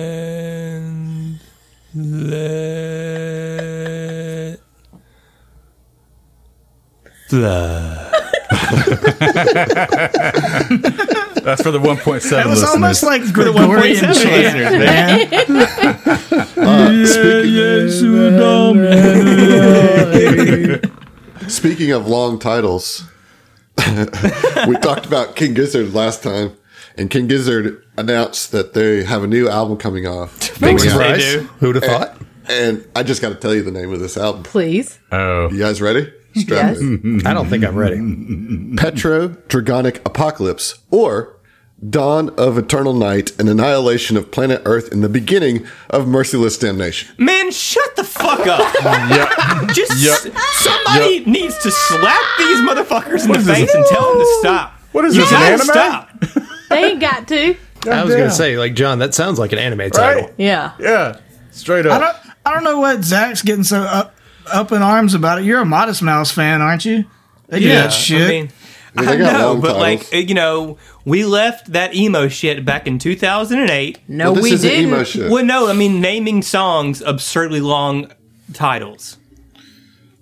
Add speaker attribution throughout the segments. Speaker 1: and let blah.
Speaker 2: That's for the 1.7
Speaker 3: It was
Speaker 2: listeners.
Speaker 3: almost like
Speaker 1: Gregorian
Speaker 3: Gregorian
Speaker 1: chant,
Speaker 3: chant, man.
Speaker 2: Uh,
Speaker 4: Speaking of long titles, we talked about King Gizzard last time, and King Gizzard announced that they have a new album coming off.
Speaker 2: Big
Speaker 4: coming out.
Speaker 2: surprise.
Speaker 1: do.
Speaker 2: Who'd have thought?
Speaker 4: And I just got to tell you the name of this album.
Speaker 5: Please.
Speaker 2: Oh.
Speaker 4: You guys ready? Strap
Speaker 5: Yes.
Speaker 4: in.
Speaker 3: I don't think I'm ready.
Speaker 6: Mm-hmm.
Speaker 4: Petro Dragonic Apocalypse, or Dawn of Eternal Night and Annihilation of Planet Earth and the Beginning of Merciless Damnation.
Speaker 1: Man, shut the fuck up.
Speaker 2: Yeah.
Speaker 1: Just
Speaker 2: Yep.
Speaker 1: somebody
Speaker 2: Yep.
Speaker 1: needs to slap these motherfuckers in the
Speaker 2: is this?
Speaker 1: face and tell them to stop.
Speaker 2: What is
Speaker 1: you
Speaker 2: this, an
Speaker 1: gotta
Speaker 2: anime?
Speaker 1: Stop.
Speaker 5: They ain't got to.
Speaker 6: I was
Speaker 2: Goddamn.
Speaker 6: going to say, like, John, that sounds like an anime title.
Speaker 2: Right?
Speaker 5: Yeah.
Speaker 2: Yeah. Straight
Speaker 3: I don't,
Speaker 2: up.
Speaker 3: I don't know what Zach's getting so up, up in arms about it. You're a Modest Mouse fan, aren't you? They do that shit.
Speaker 1: I mean,
Speaker 4: mean,
Speaker 1: I
Speaker 4: they got
Speaker 1: know,
Speaker 4: long
Speaker 1: but
Speaker 4: titles.
Speaker 1: like you know, we left that emo shit back in 2008.
Speaker 5: No,
Speaker 4: this
Speaker 5: we
Speaker 4: is
Speaker 5: didn't.
Speaker 4: emo shit.
Speaker 1: Well, no, I mean naming songs absurdly long titles.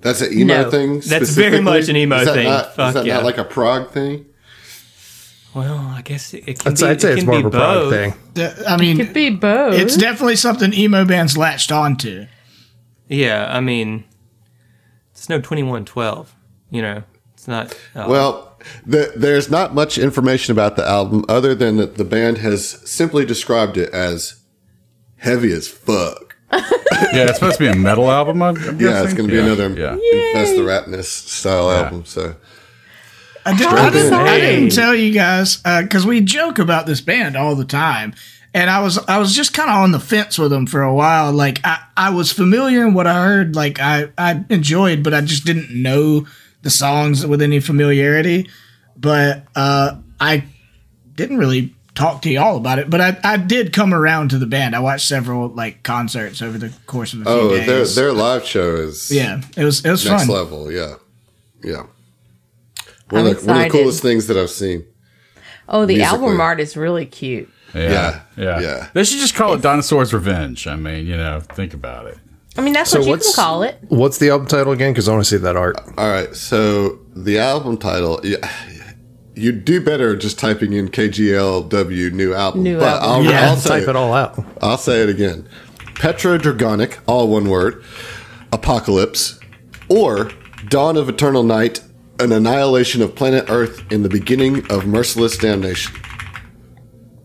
Speaker 4: That's an emo
Speaker 5: No.
Speaker 4: thing.
Speaker 1: That's very much
Speaker 4: specifically?
Speaker 1: an emo
Speaker 4: Is that
Speaker 1: thing.
Speaker 4: Not, is
Speaker 1: Fuck
Speaker 4: that
Speaker 1: yeah.
Speaker 4: not like a prog thing?
Speaker 1: Well, I guess it, it can
Speaker 6: I'd,
Speaker 1: be.
Speaker 6: I'd say
Speaker 1: it
Speaker 6: it's
Speaker 1: can
Speaker 6: more
Speaker 1: be
Speaker 6: of a prog
Speaker 1: both.
Speaker 6: thing.
Speaker 3: That- I mean,
Speaker 5: Could be both.
Speaker 3: it's definitely something emo bands latched onto.
Speaker 1: Yeah, I mean, it's no 2112. You know, it's not. Uh,
Speaker 5: Uh-huh.
Speaker 4: Well, the, there's not much information about the album other than that the band has simply described it as heavy as fuck.
Speaker 2: yeah, it's supposed to be a metal album. I'm, I'm
Speaker 4: Yeah, it's going to be another
Speaker 2: Yeah.
Speaker 4: Infest the Ratness style album. So
Speaker 3: I, did,
Speaker 5: How
Speaker 3: I, didn't, I
Speaker 5: exciting.
Speaker 3: didn't tell you guys because we joke about this band all the time, and I was I was just kind of on the fence with them for a while. Like I, I was familiar in what I heard, like I I enjoyed, but I just didn't know the songs with any familiarity. But uh, I didn't really talk to y'all about it. But I, I did come around to the band. I watched several like concerts over the course of a few
Speaker 4: oh,
Speaker 3: days.
Speaker 4: their their live show is
Speaker 3: yeah, it was it was
Speaker 4: next
Speaker 3: fun.
Speaker 4: level. Yeah, yeah. One
Speaker 5: I'm
Speaker 4: of, the, one of the
Speaker 5: excited.
Speaker 4: coolest things that I've seen.
Speaker 5: oh, the album
Speaker 4: musically.
Speaker 5: art is really cute.
Speaker 2: Yeah.
Speaker 4: Yeah,
Speaker 2: Yeah.
Speaker 4: yeah.
Speaker 2: They should just call it Dinosaur's Revenge. I mean, you know, think about it.
Speaker 5: I mean, that's
Speaker 6: So
Speaker 5: what you can
Speaker 6: what's-
Speaker 5: call it.
Speaker 6: What's the album title again? Because I want to see that art.
Speaker 4: All right, so the album title. Yeah, you do better just typing in KGLW new album.
Speaker 5: New
Speaker 4: but
Speaker 5: album.
Speaker 4: I'll,
Speaker 6: Yeah,
Speaker 4: I'll
Speaker 6: I'll
Speaker 4: say
Speaker 6: type
Speaker 4: it.
Speaker 6: it all out.
Speaker 4: I'll say it again. Petrodragonic, all one word, apocalypse, or dawn of eternal night, an annihilation of planet Earth in the beginning of merciless damnation.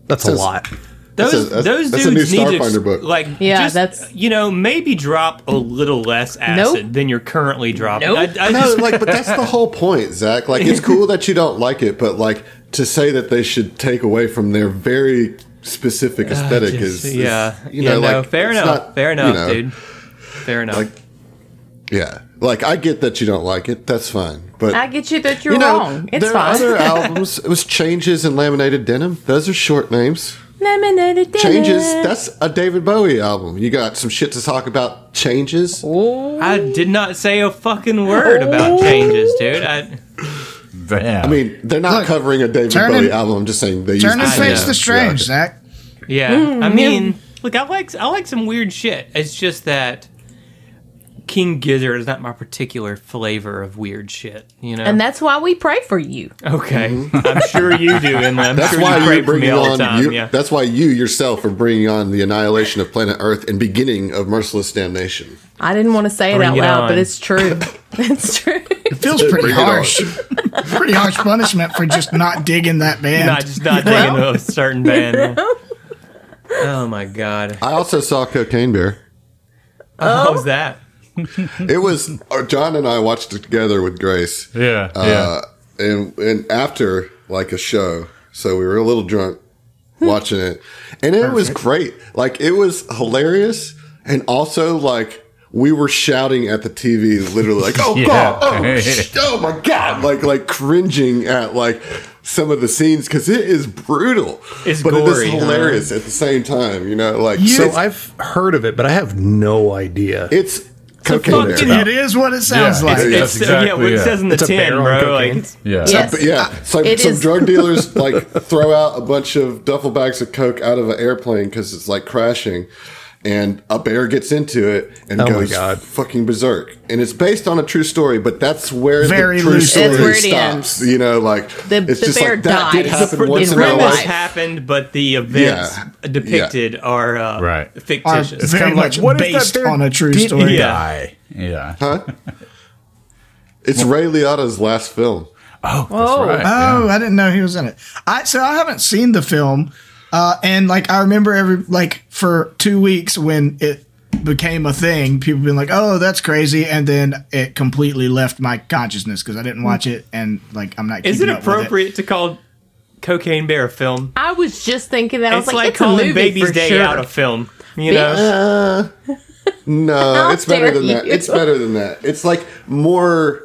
Speaker 6: That's a
Speaker 4: Says-
Speaker 6: lot.
Speaker 1: those
Speaker 4: that's a- that's-
Speaker 1: those
Speaker 4: that's a
Speaker 1: dudes
Speaker 4: new
Speaker 1: need to
Speaker 4: Starfinder
Speaker 1: ex-
Speaker 4: book.
Speaker 1: like
Speaker 5: Yeah,
Speaker 1: just,
Speaker 5: that's-
Speaker 1: you know maybe drop a little less acid
Speaker 5: Nope.
Speaker 1: than you're currently dropping.
Speaker 5: Nope.
Speaker 1: I, I
Speaker 4: No,
Speaker 1: just
Speaker 4: like, but that's the whole point, Zach. Like, it's cool that you don't like it, but like to say that they should take away from their very specific aesthetic
Speaker 1: Uh, just-
Speaker 4: is, is,
Speaker 1: yeah,
Speaker 4: you
Speaker 1: yeah,
Speaker 4: know,
Speaker 1: no,
Speaker 4: like
Speaker 1: fair
Speaker 4: it's
Speaker 1: enough,
Speaker 4: not-
Speaker 1: fair
Speaker 4: you
Speaker 1: enough,
Speaker 4: know,
Speaker 1: dude, fair enough.
Speaker 4: Like, Yeah, like I get that you don't like it. That's fine, but
Speaker 5: I get you that you're
Speaker 4: you know,
Speaker 5: wrong. It's
Speaker 4: there
Speaker 5: fine.
Speaker 4: are other albums. It was Changes and Laminated Denim. Those are short names.
Speaker 5: Lemonade
Speaker 4: Changes.
Speaker 5: dinner.
Speaker 4: That's a David Bowie album. You got some shit to talk about. Changes.
Speaker 1: I did not say a fucking word
Speaker 4: Oh.
Speaker 1: about changes, dude. I,
Speaker 2: Damn.
Speaker 4: I mean, they're not
Speaker 3: Look,
Speaker 4: covering a David
Speaker 3: turn
Speaker 4: Bowie
Speaker 3: and-
Speaker 4: album. I'm just saying they
Speaker 3: Turn
Speaker 4: use
Speaker 3: and
Speaker 4: the
Speaker 3: face
Speaker 4: same-
Speaker 3: the strange,
Speaker 4: Yeah.
Speaker 3: Zach.
Speaker 1: yeah,
Speaker 5: Mm,
Speaker 1: I mean, look, I like I like some weird shit. It's just that King Gizzard is not my particular flavor of weird shit, you know.
Speaker 5: And that's why we pray for you.
Speaker 1: okay, I'm sure you do, Emily. I'm
Speaker 4: That's
Speaker 1: sure
Speaker 4: why
Speaker 1: you
Speaker 4: you're
Speaker 1: pray for me
Speaker 4: bringing
Speaker 1: all the
Speaker 4: on.
Speaker 1: time.
Speaker 4: you,
Speaker 1: yeah.
Speaker 4: That's why you yourself are bringing on the annihilation of planet Earth and beginning of merciless damnation.
Speaker 5: I didn't want to say it
Speaker 1: Bring
Speaker 5: out
Speaker 1: it
Speaker 5: loud,
Speaker 1: on.
Speaker 5: but it's true. it's true.
Speaker 3: Feels pretty
Speaker 4: Bring it on.
Speaker 3: harsh. pretty harsh punishment for just not digging that band.
Speaker 1: not just not digging a certain band. Oh my god, Oh,
Speaker 4: I also saw Cocaine Bear.
Speaker 5: Oh.
Speaker 1: what was that?
Speaker 4: It was uh, John and I watched it together with Grace.
Speaker 2: yeah.
Speaker 4: Uh, and and after like a show, so we were a little drunk watching it, and it was great. Like it was hilarious, and also like we were shouting at the TV, literally like, "Oh
Speaker 2: Yeah.
Speaker 4: god, oh, sh- oh my god!" Like like cringing at like some of the scenes because it is brutal,
Speaker 1: It's
Speaker 4: but it
Speaker 1: gory,
Speaker 4: is
Speaker 1: huh?
Speaker 4: hilarious at the same time. You know, like
Speaker 6: So
Speaker 4: it's,
Speaker 6: I've heard of it, but I have no idea.
Speaker 4: it's cocaine
Speaker 7: fucking-
Speaker 4: era.
Speaker 3: It is what it sounds
Speaker 2: Yeah,
Speaker 3: like.
Speaker 2: yeah.
Speaker 7: It's,
Speaker 2: That's
Speaker 7: yeah,
Speaker 2: exactly
Speaker 7: what it
Speaker 2: it.
Speaker 7: says in the
Speaker 6: It's a
Speaker 7: tin,
Speaker 6: bear on
Speaker 7: bro.
Speaker 6: cocaine.
Speaker 7: Like,
Speaker 2: Yeah.
Speaker 5: Yes.
Speaker 4: But yeah, so
Speaker 5: Ah, It
Speaker 4: some
Speaker 5: is-
Speaker 4: drug dealers like throw out a bunch of duffel bags of coke out of an airplane because it's like crashing, and a bear gets into it and
Speaker 6: Oh my
Speaker 4: goes
Speaker 6: God.
Speaker 4: fucking berserk. And it's based on a true story, but that's where
Speaker 3: Very
Speaker 4: the true
Speaker 3: loose.
Speaker 4: story
Speaker 5: That's where it
Speaker 4: stops.
Speaker 5: ends.
Speaker 4: You know, like
Speaker 5: The-
Speaker 4: it's
Speaker 5: the
Speaker 4: just
Speaker 5: bear
Speaker 4: like that did
Speaker 5: dies
Speaker 4: happen
Speaker 5: in
Speaker 4: once in my
Speaker 5: real
Speaker 7: premise
Speaker 5: life.
Speaker 7: happened, but the events
Speaker 4: Yeah.
Speaker 7: depicted are uh,
Speaker 2: Right.
Speaker 3: Are
Speaker 7: fictitious.
Speaker 3: very
Speaker 2: kinda like,
Speaker 3: much
Speaker 2: what if that
Speaker 3: based
Speaker 2: bear
Speaker 3: on a true
Speaker 2: didn't
Speaker 3: story.
Speaker 7: Yeah.
Speaker 2: Die. Yeah.
Speaker 4: Oh. It's Ray Liotta's last film.
Speaker 2: Oh,
Speaker 5: Whoa.
Speaker 2: that's right.
Speaker 3: Oh, I didn't know he was in it. I so I haven't seen the film, uh, and like I remember every like for two weeks when it became a thing, people being like, "Oh, that's crazy," and then it completely left my consciousness because I didn't watch it, and like I'm not.
Speaker 7: Is it
Speaker 3: keeping up with
Speaker 7: appropriate to call Cocaine Bear a film?
Speaker 5: I was just thinking that. I was
Speaker 7: it's
Speaker 5: like,
Speaker 7: like
Speaker 5: it's a movie
Speaker 7: calling Baby's
Speaker 5: for
Speaker 7: Day
Speaker 5: sure.
Speaker 7: out a film. You know,
Speaker 4: Uh, no,
Speaker 5: How
Speaker 4: it's better
Speaker 5: dare
Speaker 4: than that.
Speaker 5: you.
Speaker 4: It's better than that. It's like more.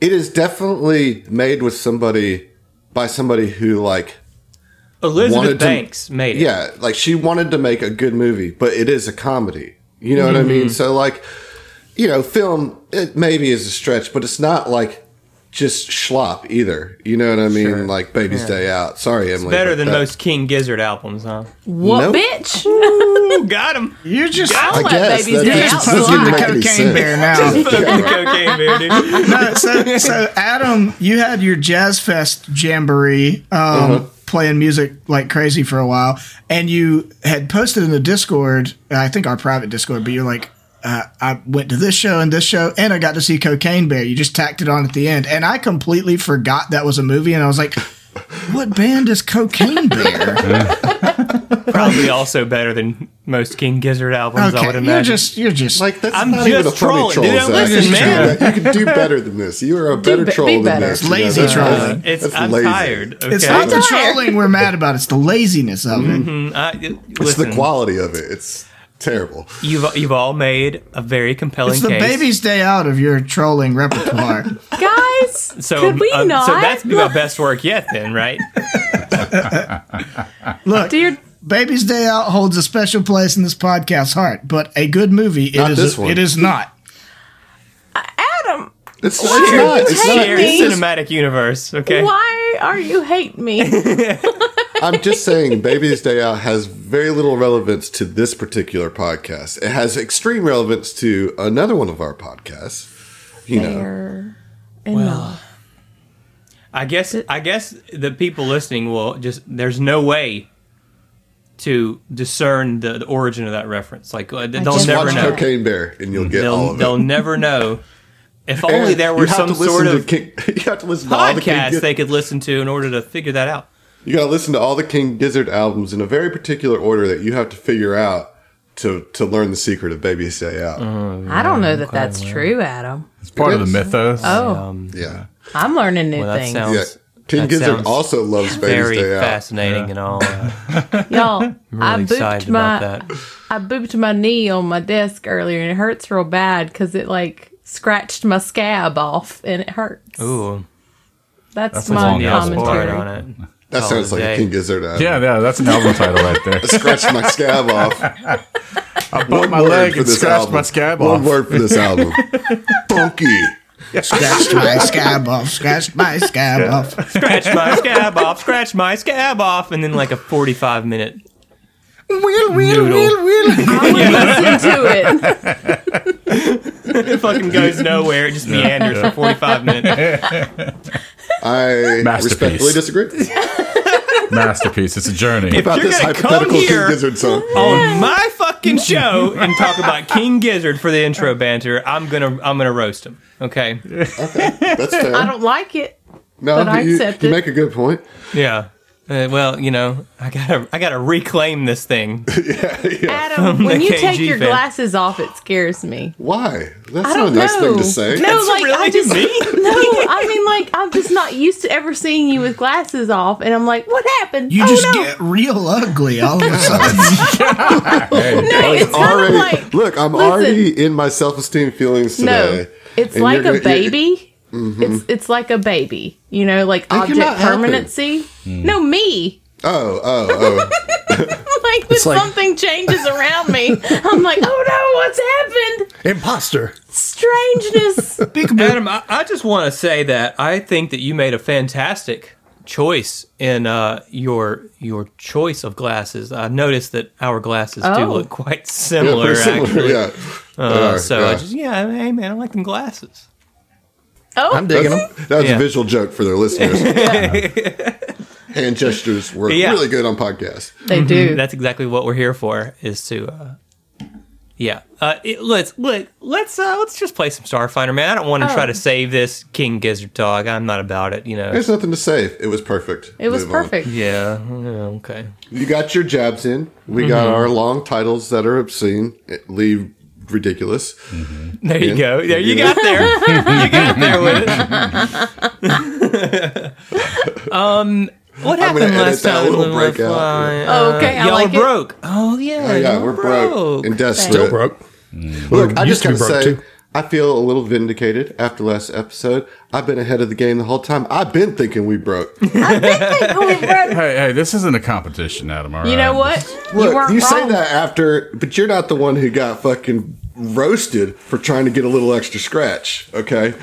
Speaker 4: It is definitely made with somebody by somebody who like
Speaker 7: Elizabeth
Speaker 4: wanted to-
Speaker 7: Banks made it.
Speaker 4: yeah, like she wanted to make a good movie, but it is a comedy. You know what I mean? So like, you know, film it maybe is a stretch, but it's not like just schlop either. You know what I mean? Like Baby's Day Out. Sorry, Emily.
Speaker 7: better
Speaker 4: but
Speaker 7: than
Speaker 4: that-
Speaker 7: most King Gizzard albums, huh?
Speaker 5: What,
Speaker 4: Nope.
Speaker 5: bitch?
Speaker 7: Ooh, got him.
Speaker 3: You're just
Speaker 5: I
Speaker 4: I
Speaker 5: let
Speaker 4: guess that
Speaker 5: Baby's Day
Speaker 4: just
Speaker 5: Out
Speaker 4: doesn't
Speaker 5: slide.
Speaker 4: make any
Speaker 3: Cocaine Bear
Speaker 4: sense.
Speaker 3: now.
Speaker 7: Fucking Cocaine Bear, dude.
Speaker 3: no, Uh, so, so Adam, you had your Jazz Fest jamboree um, playing music like crazy for a while, and you had posted in the Discord, uh, I think our private Discord, but you're like, uh, I went to this show and this show, and I got to see Cocaine Bear. You just tacked it on at the end, and I completely forgot that was a movie, and I was like, what band is Cocaine Bear?
Speaker 7: Probably also better than most King Gizzard albums. I would
Speaker 3: okay,
Speaker 7: imagine.
Speaker 3: you're just, you're just
Speaker 4: Like that's
Speaker 7: I'm
Speaker 4: not even a
Speaker 7: just
Speaker 4: funny
Speaker 7: trolling,
Speaker 4: troll.
Speaker 7: dude.
Speaker 4: Zach.
Speaker 7: Listen,
Speaker 4: you,
Speaker 7: man.
Speaker 4: Can do, you can do better than this. You are a better
Speaker 5: be- be
Speaker 4: troll than
Speaker 5: better.
Speaker 4: this.
Speaker 5: It's
Speaker 4: You know,
Speaker 3: lazy
Speaker 4: that's-
Speaker 3: trolling.
Speaker 7: it's
Speaker 4: that's
Speaker 7: I'm
Speaker 4: lazy.
Speaker 7: tired. Okay. Mm-hmm.
Speaker 3: it's not the
Speaker 5: I'm tired.
Speaker 3: trolling we're mad about; it's the laziness of it.
Speaker 7: I-
Speaker 4: It's
Speaker 7: listen,
Speaker 4: the quality of it. It's terrible.
Speaker 7: You've you've all made a very compelling
Speaker 3: It's the
Speaker 7: case.
Speaker 3: baby's day out of your trolling repertoire.
Speaker 5: Guys,
Speaker 7: So,
Speaker 5: could we
Speaker 7: uh,
Speaker 5: not?
Speaker 7: so that's been my best work yet, then, right?
Speaker 3: Look,
Speaker 5: Dear,
Speaker 3: Baby's Day Out holds a special place in this podcast's heart, but a good movie it
Speaker 4: Not
Speaker 3: is.
Speaker 4: this one.
Speaker 3: It is not.
Speaker 5: Adam,
Speaker 4: It's, it's not. It's
Speaker 5: Hey,
Speaker 4: not.
Speaker 7: Shared
Speaker 5: me.
Speaker 7: cinematic universe. Okay.
Speaker 5: why are you hating me?
Speaker 4: I'm just saying, Baby's Day Out has very little relevance to this particular podcast. It has extreme relevance to another one of our podcasts. You know,
Speaker 5: Fair enough.
Speaker 7: I guess I guess the people listening will just there's no way to discern the, the origin of that reference. Like uh, they'll
Speaker 5: just
Speaker 7: never
Speaker 4: watch
Speaker 5: wanna-
Speaker 7: know.
Speaker 4: Cocaine Bear, and you'll get all
Speaker 7: They'll
Speaker 4: of
Speaker 7: they'll
Speaker 4: it.
Speaker 7: never know. If only
Speaker 4: And
Speaker 7: there
Speaker 4: you
Speaker 7: were
Speaker 4: have
Speaker 7: some
Speaker 4: to listen
Speaker 7: sort
Speaker 4: to
Speaker 7: of
Speaker 4: King, you have to listen to all the King
Speaker 7: podcast
Speaker 4: Giz-
Speaker 7: they could listen to in order to figure that out.
Speaker 4: You got to listen to all the King Gizzard albums in a very particular order that you have to figure out to to learn the secret of Baby's Day Out.
Speaker 2: Uh-huh.
Speaker 5: I don't know that that's true, Adam.
Speaker 2: It's part of the mythos.
Speaker 5: Oh,
Speaker 4: Yeah,
Speaker 5: I'm learning new
Speaker 7: um, Well, that
Speaker 5: things.
Speaker 4: yeah.
Speaker 7: sounds
Speaker 4: King
Speaker 7: that
Speaker 4: Gizzard
Speaker 7: sounds
Speaker 4: also loves Baby's
Speaker 7: very
Speaker 4: Day Out.
Speaker 7: fascinating and all. Uh,
Speaker 5: Y'all, I
Speaker 7: really
Speaker 5: booped
Speaker 7: excited
Speaker 5: my
Speaker 7: about that.
Speaker 5: I booped my knee on my desk earlier, and it hurts real bad because it like scratched my scab off, and it hurts.
Speaker 7: Ooh,
Speaker 5: that's,
Speaker 2: a
Speaker 5: my
Speaker 2: long ass
Speaker 7: commentary
Speaker 5: commentary.
Speaker 7: on it.
Speaker 4: That
Speaker 7: Call
Speaker 4: sounds
Speaker 7: it a
Speaker 4: like a
Speaker 7: day.
Speaker 4: King Gizzard album.
Speaker 2: Yeah, yeah, that's an album title right there.
Speaker 4: Scratched my scab off.
Speaker 2: I bumped my
Speaker 4: word
Speaker 2: leg
Speaker 4: for
Speaker 2: and
Speaker 4: this
Speaker 2: scratched
Speaker 4: album.
Speaker 2: my scab
Speaker 4: One
Speaker 2: off.
Speaker 4: word for this album. Funky.
Speaker 3: Scratched my scab off. Scratched my scab off.
Speaker 7: Scratch my scab off. Scratch my scab off, and then like a forty-five minute
Speaker 3: Wheel, wheel,
Speaker 7: Noodle.
Speaker 3: wheel, wheel.
Speaker 5: I would listen to it.
Speaker 7: It fucking goes nowhere. It just meanders for 45 minutes.
Speaker 4: I
Speaker 2: Masterpiece.
Speaker 4: respectfully disagree
Speaker 2: Masterpiece. It's a journey.
Speaker 7: If
Speaker 4: about
Speaker 7: you're
Speaker 4: this
Speaker 7: gonna come
Speaker 4: hypothetical King
Speaker 7: here-
Speaker 4: Gizzard song.
Speaker 7: On my fucking show and talk about King Gizzard for the intro banter, I'm gonna I'm gonna roast him. Okay.
Speaker 4: That's fair.
Speaker 5: I don't like it.
Speaker 4: no,
Speaker 5: but I
Speaker 4: you,
Speaker 5: accept
Speaker 4: you
Speaker 5: it.
Speaker 4: make a good point.
Speaker 7: Yeah. Uh, well, you know, I gotta I gotta reclaim this thing.
Speaker 5: Adam, when
Speaker 7: the
Speaker 5: you take
Speaker 7: KG
Speaker 5: your
Speaker 7: fan.
Speaker 5: glasses off, it scares me.
Speaker 4: Why? That's not
Speaker 5: I
Speaker 4: a
Speaker 5: don't
Speaker 4: nice
Speaker 5: know.
Speaker 4: thing to say.
Speaker 5: No,
Speaker 7: That's
Speaker 5: like
Speaker 7: really
Speaker 5: I just
Speaker 7: mean.
Speaker 5: no. I mean, like I'm just not used to ever seeing you with glasses off, and I'm like, what happened?
Speaker 3: You
Speaker 5: oh
Speaker 3: just
Speaker 5: no,
Speaker 3: get real ugly all of a sudden.
Speaker 5: no, it's kind of
Speaker 4: Already,
Speaker 5: like
Speaker 4: look, I'm
Speaker 5: listen.
Speaker 4: already in my self esteem feelings today.
Speaker 5: no, it's
Speaker 4: and
Speaker 5: like
Speaker 4: you're
Speaker 5: a
Speaker 4: gonna- you-
Speaker 5: baby. It's it's like a baby, you know, like
Speaker 4: I cannot Mm. help
Speaker 5: object
Speaker 4: it.
Speaker 5: permanency. No, me.
Speaker 4: Oh, oh, oh.
Speaker 5: Like when
Speaker 6: like-
Speaker 5: something changes around me, I'm like, oh no, what's happened?
Speaker 6: Imposter.
Speaker 5: Strangeness.
Speaker 7: Adam, I, I just want to say that I think that you made a fantastic choice in uh, your your choice of glasses. I noticed that our glasses do
Speaker 5: Oh.
Speaker 7: look quite
Speaker 4: Yeah,
Speaker 7: similar,
Speaker 4: pretty similar.
Speaker 7: actually.
Speaker 4: Yeah.
Speaker 7: Uh,
Speaker 4: They are,
Speaker 7: so
Speaker 4: yeah.
Speaker 7: I just yeah, hey man, I like them glasses.
Speaker 5: Oh,
Speaker 6: I'm digging him.
Speaker 4: That's- That was
Speaker 7: Yeah.
Speaker 4: a visual joke for their listeners. Hand gestures work
Speaker 7: Yeah.
Speaker 4: really good on podcasts.
Speaker 5: they do.
Speaker 7: That's exactly what we're here for is to uh, yeah. Uh, it, let's let, let's uh, let's just play some Starfinder, man. I don't want to
Speaker 5: Oh.
Speaker 7: try to save this King Gizzard dog. I'm not about it, you know.
Speaker 4: There's nothing to save. It was perfect.
Speaker 5: it was
Speaker 4: Move on.
Speaker 5: perfect.
Speaker 7: yeah, yeah, okay.
Speaker 4: You got your jabs in. We got
Speaker 7: Mm-hmm.
Speaker 4: our long titles that are obscene, eh, leave ridiculous.
Speaker 7: There you
Speaker 4: Yeah.
Speaker 7: go. There you
Speaker 4: Yeah.
Speaker 7: got there. you got there with it. um, Um, what
Speaker 4: I'm
Speaker 7: happened
Speaker 4: gonna edit
Speaker 7: last
Speaker 4: that
Speaker 7: time? in
Speaker 4: little
Speaker 7: Little
Speaker 4: break
Speaker 7: Fly?
Speaker 4: out.
Speaker 5: Oh, okay, I
Speaker 7: y'all
Speaker 5: like
Speaker 7: were
Speaker 5: it.
Speaker 7: broke. Oh yeah,
Speaker 4: Oh, yeah,
Speaker 7: y'all
Speaker 4: we're broke, and desperate.
Speaker 6: Still broke.
Speaker 4: Look, I just
Speaker 6: Used to
Speaker 4: gotta
Speaker 6: be broke,
Speaker 4: say,
Speaker 6: too.
Speaker 4: I feel a little vindicated after last episode. I've been ahead of the game the whole time. I've been thinking we broke.
Speaker 2: Hey, hey, this isn't a competition, Adam. All
Speaker 5: You know
Speaker 2: right?
Speaker 5: what?
Speaker 4: Look,
Speaker 5: weren't
Speaker 4: you, say
Speaker 5: wrong.
Speaker 4: that after, but you're not the one who got fucking roasted for trying to get a little extra scratch. Okay,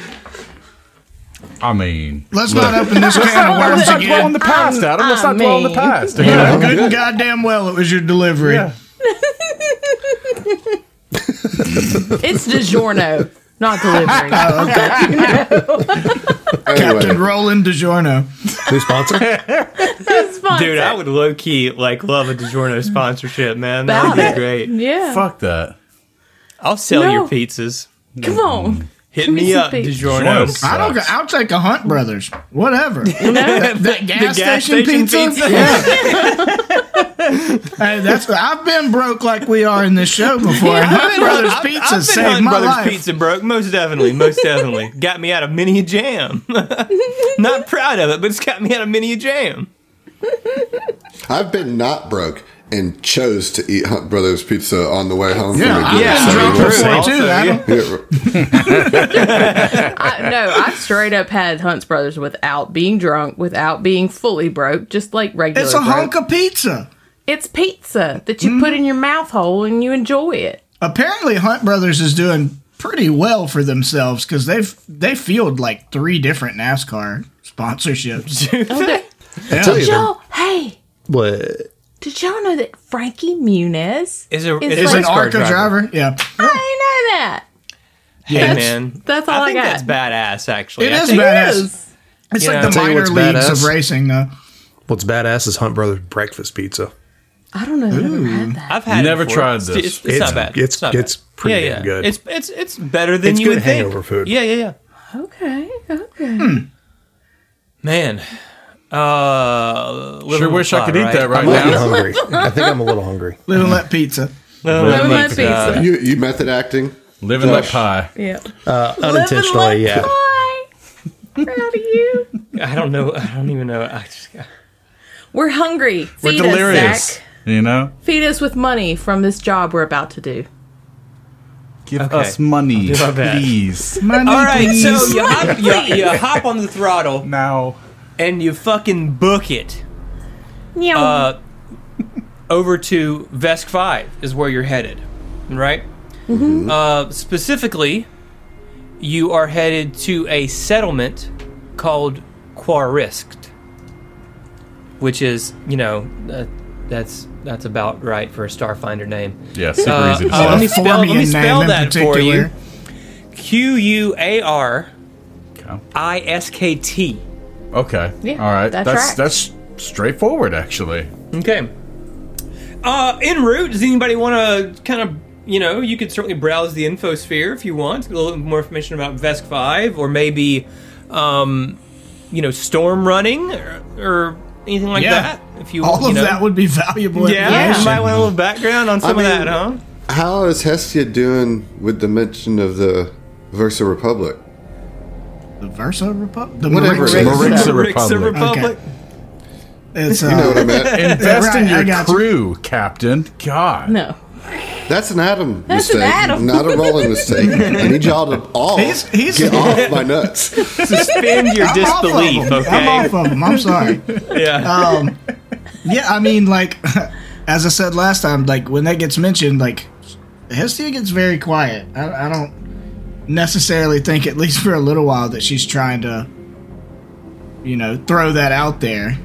Speaker 2: I mean,
Speaker 3: Let's not open this can of worms
Speaker 2: let's not dwell on
Speaker 3: again.
Speaker 2: the past, Adam. Let's
Speaker 5: I
Speaker 2: not dwell on the
Speaker 5: mean-
Speaker 2: past.
Speaker 3: You know, good and goddamn well it was your delivery.
Speaker 2: Yeah.
Speaker 5: It's DiGiorno, not delivery.
Speaker 3: Captain
Speaker 4: anyway,
Speaker 3: Roland DiGiorno.
Speaker 6: New sponsor?
Speaker 5: It's fun.
Speaker 7: Dude, I would low key like love a DiGiorno sponsorship, man. That
Speaker 5: About
Speaker 7: would be
Speaker 5: it.
Speaker 7: great.
Speaker 5: Yeah.
Speaker 2: Fuck that.
Speaker 7: I'll sell
Speaker 5: No.
Speaker 7: your pizzas.
Speaker 5: Come on.
Speaker 7: Hit
Speaker 5: Give me
Speaker 7: me
Speaker 5: some
Speaker 7: up,
Speaker 5: pizza.
Speaker 7: DiGiorno.
Speaker 2: Sucks.
Speaker 3: I don't. go- I'll take a Hunt Brothers. Whatever.
Speaker 7: the,
Speaker 3: gas station pizza? hey, that's. I've been broke like we are in this show before. Hunt Brothers
Speaker 7: I've-
Speaker 3: Pizza
Speaker 7: I've been
Speaker 3: saved
Speaker 7: Hunt
Speaker 3: my
Speaker 7: Brothers
Speaker 3: life.
Speaker 7: Pizza broke, most definitely, most definitely. Got me out of many a jam. Not proud of it, but it's got me out of many a jam.
Speaker 4: I've been not broke and chose to eat Hunt Brothers pizza on the way home.
Speaker 3: Yeah,
Speaker 4: from the
Speaker 3: yeah,
Speaker 4: gig, so
Speaker 3: drunk
Speaker 4: it was-
Speaker 3: before too, Adam.
Speaker 4: Yeah,
Speaker 5: I, no, I straight up had Hunt's Brothers without being drunk, without being fully broke, just like regular.
Speaker 3: It's a
Speaker 5: broke.
Speaker 3: hunk of pizza.
Speaker 5: It's pizza that you
Speaker 3: Mm-hmm.
Speaker 5: put in your mouth hole and you enjoy it.
Speaker 3: Apparently, Hunt Brothers is doing pretty well for themselves because they've they field like three different NASCAR sponsorships.
Speaker 6: Tell you, they're-
Speaker 5: Oh, Y'all, hey,
Speaker 6: but
Speaker 5: did y'all know that Frankie Muniz?
Speaker 7: Is a-
Speaker 5: Is
Speaker 7: is a
Speaker 3: Is
Speaker 5: like-
Speaker 3: an
Speaker 7: race car
Speaker 3: ARCA driver? Yeah.
Speaker 5: I didn't know that.
Speaker 7: Hey
Speaker 3: That's-
Speaker 7: man,
Speaker 5: that's all I
Speaker 7: think
Speaker 5: got.
Speaker 7: that's badass. Actually,
Speaker 3: It
Speaker 7: I
Speaker 3: is
Speaker 7: think-
Speaker 3: badass. Yes.
Speaker 5: Yes.
Speaker 3: It's
Speaker 7: Yeah.
Speaker 3: like the
Speaker 7: Tell
Speaker 6: you
Speaker 3: minor
Speaker 6: what's
Speaker 3: leagues
Speaker 6: badass.
Speaker 3: of racing, though.
Speaker 6: what's badass is Hunt Brothers breakfast pizza.
Speaker 5: I don't know that I've ever had that.
Speaker 7: I've had
Speaker 2: Never
Speaker 7: it before.
Speaker 2: tried
Speaker 7: It's-
Speaker 2: this.
Speaker 7: It's, it's not bad.
Speaker 6: It's,
Speaker 7: not
Speaker 6: it's
Speaker 7: bad.
Speaker 6: pretty
Speaker 7: yeah,
Speaker 6: damn
Speaker 7: yeah.
Speaker 6: good.
Speaker 7: It's it's it's better than
Speaker 6: It's
Speaker 7: you
Speaker 6: good
Speaker 7: would think.
Speaker 6: hangover food.
Speaker 7: Yeah, yeah, yeah.
Speaker 5: Okay, okay.
Speaker 3: Hmm.
Speaker 7: Man, uh,
Speaker 2: Sure
Speaker 7: Liverpool
Speaker 2: wish I
Speaker 7: pie,
Speaker 2: could eat that right
Speaker 6: I'm a little
Speaker 2: now.
Speaker 6: hungry. I think I'm a little hungry.
Speaker 3: Live
Speaker 7: Uh-huh.
Speaker 3: and let pizza.
Speaker 7: Liverpool
Speaker 5: Live and let
Speaker 7: pizza.
Speaker 5: pizza.
Speaker 4: you, you method acting.
Speaker 2: Living that pie.
Speaker 5: Yeah.
Speaker 6: Unintentionally, yeah.
Speaker 5: Proud of you.
Speaker 7: I don't know. I don't even know. I just,
Speaker 5: We're hungry. Feed
Speaker 2: We're delirious.
Speaker 5: us, Zach.
Speaker 2: You know?
Speaker 5: Feed us with money from this job we're about to do.
Speaker 2: Give
Speaker 7: Okay.
Speaker 2: us money,
Speaker 7: my best.
Speaker 2: please.
Speaker 3: Money,
Speaker 7: all right, so
Speaker 3: please.
Speaker 7: you hop, you, you hop on the throttle
Speaker 2: now.
Speaker 7: and you fucking book it.
Speaker 5: Yeah.
Speaker 7: Uh, over to Vesk Five is where you're headed, right? Uh, specifically, you are headed to a settlement called Quariskt, which is, you know, uh, that's that's about right for a Starfinder name.
Speaker 2: Yeah, super
Speaker 7: Uh,
Speaker 2: easy to
Speaker 7: oh, let me
Speaker 2: say.
Speaker 7: spell, let me
Speaker 3: Formian name
Speaker 7: spell
Speaker 3: in
Speaker 7: that for you.
Speaker 3: particular.
Speaker 7: Q U A R
Speaker 2: Okay.
Speaker 7: I S K T.
Speaker 2: Okay.
Speaker 5: Yeah,
Speaker 2: All right.
Speaker 5: that
Speaker 2: That's
Speaker 5: tracks.
Speaker 2: that's straightforward, actually.
Speaker 7: Okay. Uh, en route, does anybody want to kind of, you know, you could certainly browse the infosphere if you want, get a little more information about Vesk 5 or maybe, um, you know, storm running or, or anything like
Speaker 3: Yeah.
Speaker 7: that. If you
Speaker 3: All
Speaker 7: you
Speaker 3: of
Speaker 7: know.
Speaker 3: that would be valuable
Speaker 7: Yeah, you
Speaker 3: information.
Speaker 7: might want a little background on some
Speaker 4: mean-
Speaker 7: of that, huh?
Speaker 4: How is Hestia doing with the mention of the Versa Republic?
Speaker 3: The Versa Republic? The
Speaker 4: Whatever it is.
Speaker 3: Maritza-
Speaker 2: Marixa
Speaker 7: Rick's a
Speaker 2: Republic.
Speaker 7: Republic.
Speaker 3: It's, uh,
Speaker 4: You know what I meant.
Speaker 2: Invest in
Speaker 3: Right, I
Speaker 2: your
Speaker 3: got you.
Speaker 2: crew, Captain. God.
Speaker 5: no.
Speaker 4: That's an Adam
Speaker 5: That's an
Speaker 4: mistake,
Speaker 5: Adam.
Speaker 4: not a rolling mistake. I need y'all to all
Speaker 3: He's- he's-
Speaker 4: get off my nuts.
Speaker 7: Suspend your
Speaker 3: I'm off of
Speaker 7: disbelief,
Speaker 3: 'em. I'm
Speaker 7: okay?
Speaker 3: off of them. I'm sorry.
Speaker 7: Yeah.
Speaker 3: Um, yeah, I mean, like, as I said last time, like, when that gets mentioned, like, Hestia gets very quiet. I, I don't necessarily think, at least for a little while, that she's trying to, you know, throw that out there.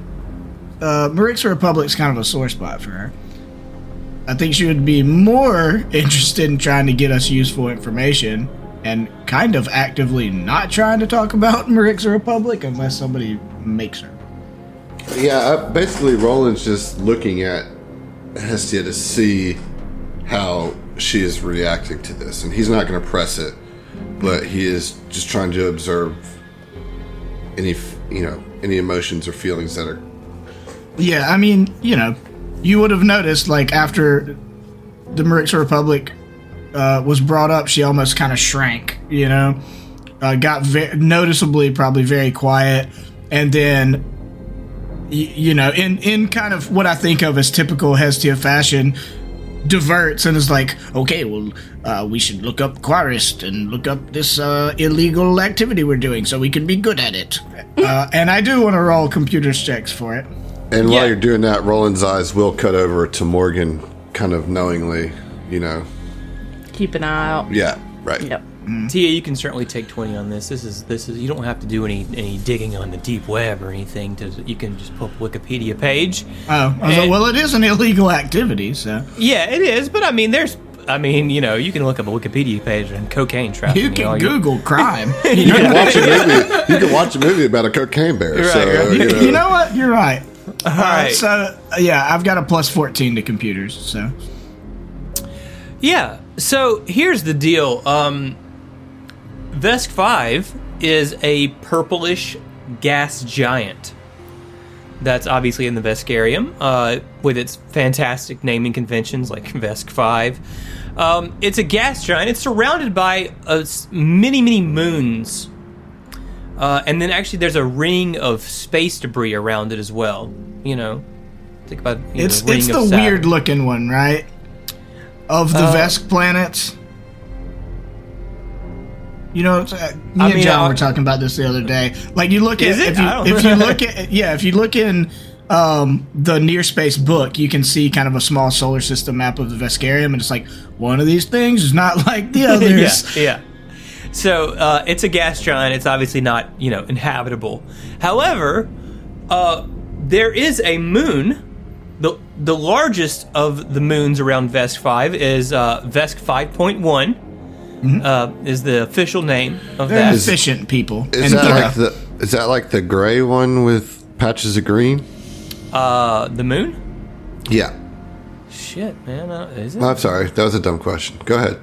Speaker 3: Uh, Marixa Republic's kind of a sore spot for her. I think she would be more interested in trying to get us useful information and kind of actively not trying to talk about Marixa Republic unless somebody makes her.
Speaker 4: Yeah, uh, basically, Roland's just looking at Hestia to see how she is reacting to this, and he's not going to press it, but he is just trying to observe any, f- you know, any emotions or feelings that are.
Speaker 3: Yeah, I mean, you know, you would have noticed like after the Marixa Republic uh, was brought up, she almost kind of shrank. You know, uh, got ve- noticeably probably very quiet, and then y- you know, in in kind of what I think of as typical Hestia fashion, diverts and is like, okay, well, uh, we should look up Quarist and look up this uh, illegal activity we're doing so we can be good at it. uh, and I do want to roll computers checks for it.
Speaker 4: And
Speaker 7: Yeah.
Speaker 4: while you're doing that, Roland's eyes will cut over to Morgan, kind of knowingly, you know.
Speaker 5: Keep an eye out.
Speaker 4: Yeah, right.
Speaker 5: Yep.
Speaker 7: Tia, you can certainly take twenty on this. This is this is you don't have to do any any digging on the deep web or anything. To you can just pull up a Wikipedia page.
Speaker 3: Oh, I was like,
Speaker 7: And-
Speaker 3: well, it is an illegal activity, so
Speaker 7: Yeah, it is, but I mean, there's. I mean, you know, you can look up a Wikipedia page on cocaine trafficking.
Speaker 3: you
Speaker 7: all
Speaker 3: can Google crime.
Speaker 4: You can watch a movie. You can watch a movie about a cocaine bear. so
Speaker 7: right.
Speaker 4: You, know,
Speaker 3: you know what? You're right.
Speaker 7: All right.
Speaker 3: So uh, yeah, I've got a plus fourteen to computers. So
Speaker 7: Yeah. So here's the deal. Um, Vesk Five is a purplish gas giant. That's obviously in the Veskarium, uh, with its fantastic naming conventions like Vesk Five. Um, it's a gas giant. It's surrounded by uh, s- many, many moons, uh, and then actually there's a ring of space debris around it as well. You know, think about you know,
Speaker 3: it's
Speaker 7: the ring
Speaker 3: it's
Speaker 7: of
Speaker 3: the
Speaker 7: Saturn.
Speaker 3: weird looking one, right? Of the
Speaker 7: Uh,
Speaker 3: Vesk planets. You know, it's, uh, me
Speaker 7: I
Speaker 3: and
Speaker 7: mean,
Speaker 3: John
Speaker 7: I-
Speaker 3: were talking about this the other day. Like you look at
Speaker 7: Is it?
Speaker 3: if
Speaker 7: I don't-
Speaker 3: you if you look at yeah if you look in um, the near space book, you can see kind of a small solar system map of the Veskarium, and it's like one of these things is not like the others.
Speaker 7: Yeah, yeah. So uh, it's a gas giant. It's obviously not you know inhabitable. However, uh, there is a moon. the The largest of the moons around Vesk Five is uh, Vesk Five
Speaker 3: Mm-hmm.
Speaker 7: Uh, is the official name of
Speaker 3: They're
Speaker 7: that.
Speaker 3: efficient people.
Speaker 4: is
Speaker 3: and
Speaker 4: that
Speaker 3: thorough.
Speaker 4: like the is that like the gray one with patches of green?
Speaker 7: Uh, the moon?
Speaker 4: Yeah.
Speaker 7: Shit, man, uh, is it?
Speaker 4: I'm sorry. That was a dumb question. Go ahead.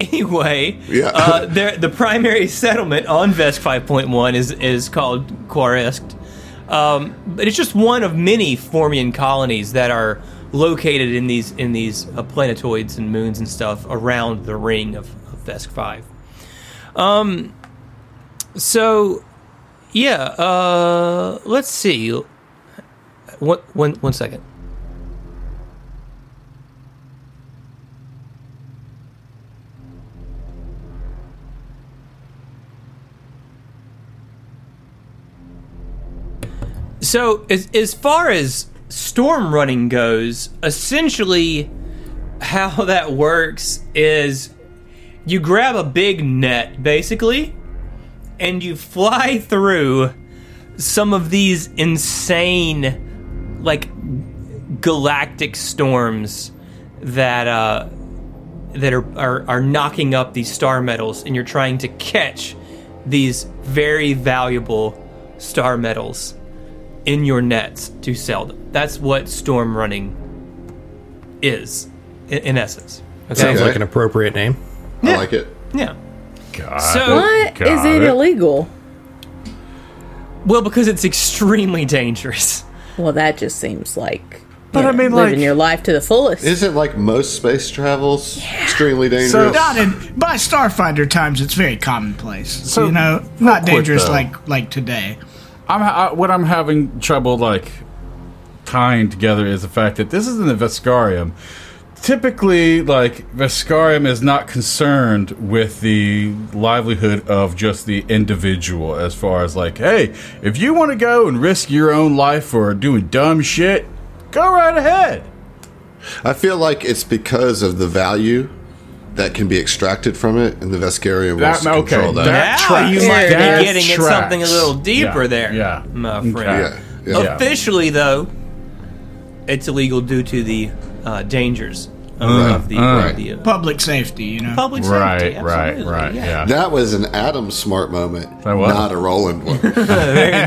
Speaker 7: Anyway,
Speaker 4: Yeah.
Speaker 7: uh, there, the primary settlement on Vesk 5.1 is is called Quarisk, um, but it's just one of many Formian colonies that are located in these in these uh, planetoids and moons and stuff around the ring of, of Vesk 5. Um, so yeah, uh, let's see. One, one, one second. So, as, as far as storm running goes, essentially how that works is you grab a big net, basically, and you fly through some of these insane, like, galactic storms that, uh, that are, are, are knocking up these star metals, and you're trying to catch these very valuable star metals in your nets to sell them. That's what storm running is, in, in essence. Okay.
Speaker 6: Sounds
Speaker 4: Okay.
Speaker 6: like an appropriate name.
Speaker 4: I like it.
Speaker 7: Yeah.
Speaker 2: God.
Speaker 7: So-
Speaker 5: What
Speaker 2: Got
Speaker 5: is it
Speaker 2: it.
Speaker 5: illegal?
Speaker 7: Well, because it's extremely dangerous.
Speaker 5: Well, that just seems like
Speaker 2: But
Speaker 5: you
Speaker 2: I mean,
Speaker 5: living
Speaker 2: like-
Speaker 5: your life to the fullest.
Speaker 4: Isn't like most space travels extremely dangerous?
Speaker 2: So-
Speaker 3: not in by Starfinder times. It's very commonplace.
Speaker 2: So,
Speaker 3: you know, not
Speaker 2: quick,
Speaker 3: dangerous
Speaker 2: though.
Speaker 3: like like today.
Speaker 2: I'm I, what I'm having trouble like tying together is the fact that this isn't a Vescarium. Typically, like Vescarium is not concerned with the livelihood of just the individual, as far as like, hey, if you want to go and risk your own life for doing dumb shit, go right ahead.
Speaker 4: I feel like it's because of the value that can be extracted from it, and the Vescarium wants
Speaker 2: That,
Speaker 4: to
Speaker 2: okay,
Speaker 4: control
Speaker 2: that,
Speaker 4: that.
Speaker 7: Now you might be
Speaker 2: That
Speaker 7: getting at something a little deeper
Speaker 2: Yeah,
Speaker 7: there,
Speaker 2: Yeah.
Speaker 7: my friend.
Speaker 4: yeah, yeah.
Speaker 7: Oh.
Speaker 2: Yeah.
Speaker 7: Officially, though, it's illegal due to the uh, dangers of, of the,
Speaker 4: right.
Speaker 7: the, uh,
Speaker 3: Public safety, you know.
Speaker 7: public safety.
Speaker 2: Uh-huh. Right, right,
Speaker 7: absolutely,
Speaker 2: right.
Speaker 7: yeah.
Speaker 2: Yeah.
Speaker 4: That was an Adam Smart moment,
Speaker 2: That was.
Speaker 4: not a Roland one.
Speaker 7: Very good. Very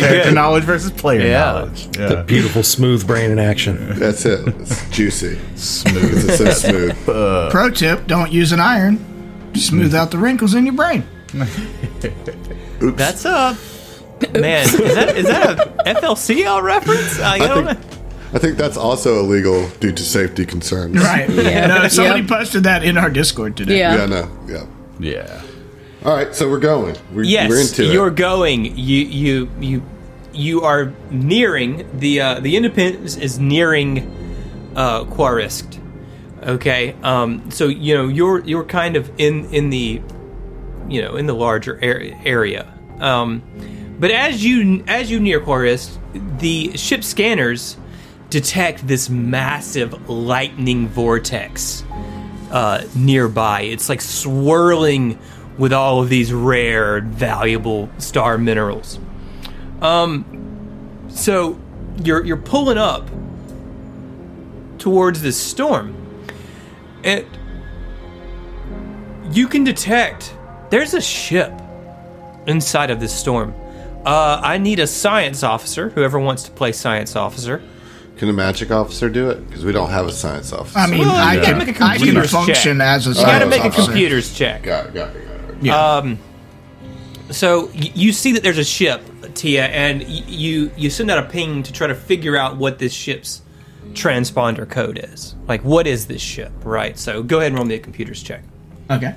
Speaker 2: Character
Speaker 7: good.
Speaker 2: knowledge versus player
Speaker 7: Yeah.
Speaker 2: knowledge. Yeah.
Speaker 6: Beautiful, smooth brain in action.
Speaker 4: That's it. It's juicy.
Speaker 2: Smooth.
Speaker 4: It's so smooth.
Speaker 3: Pro tip: don't use an iron. Smooth out the wrinkles in your brain.
Speaker 7: That's up. Man, is that, is that a FLCL reference? I, I don't
Speaker 4: think-
Speaker 7: know.
Speaker 4: I think that's also illegal due to safety concerns.
Speaker 3: Right.
Speaker 5: Yeah.
Speaker 3: No, somebody
Speaker 5: Yep.
Speaker 3: posted that in our Discord today.
Speaker 5: Yeah.
Speaker 4: Yeah, no. Yeah.
Speaker 2: yeah.
Speaker 4: All right, so we're going. We're,
Speaker 7: Yes,
Speaker 4: we're into
Speaker 7: you're
Speaker 4: it.
Speaker 7: going. You you you you are nearing the uh, the independence is nearing uh, Quarisk. Okay, um, so you know you're you're kind of in in the you know in the larger ar- area. Um, but as you as you near Quarisk, the ship scanners detect this massive lightning vortex uh, nearby. It's like swirling with all of these rare, valuable star minerals. Um, so you're you're pulling up towards this storm, and you can detect there's a ship inside of this storm. Uh, I need a science officer, whoever wants to play science officer.
Speaker 4: Can a magic officer do it? Because we don't have a science officer.
Speaker 3: I mean,
Speaker 7: Well,
Speaker 3: I,
Speaker 7: you gotta
Speaker 3: can,
Speaker 7: make a
Speaker 3: I can
Speaker 7: computer's
Speaker 3: function
Speaker 7: check.
Speaker 3: as a
Speaker 7: You
Speaker 4: Oh,
Speaker 7: gotta
Speaker 3: science
Speaker 7: make a
Speaker 4: officer.
Speaker 7: computer's check.
Speaker 4: got it, got it, got it.
Speaker 7: So y- you see that there's a ship, Tia, and y- you you send out a ping to try to figure out what this ship's transponder code is. Like, what is this ship, right? So go ahead and roll me a computer's check.
Speaker 3: Okay.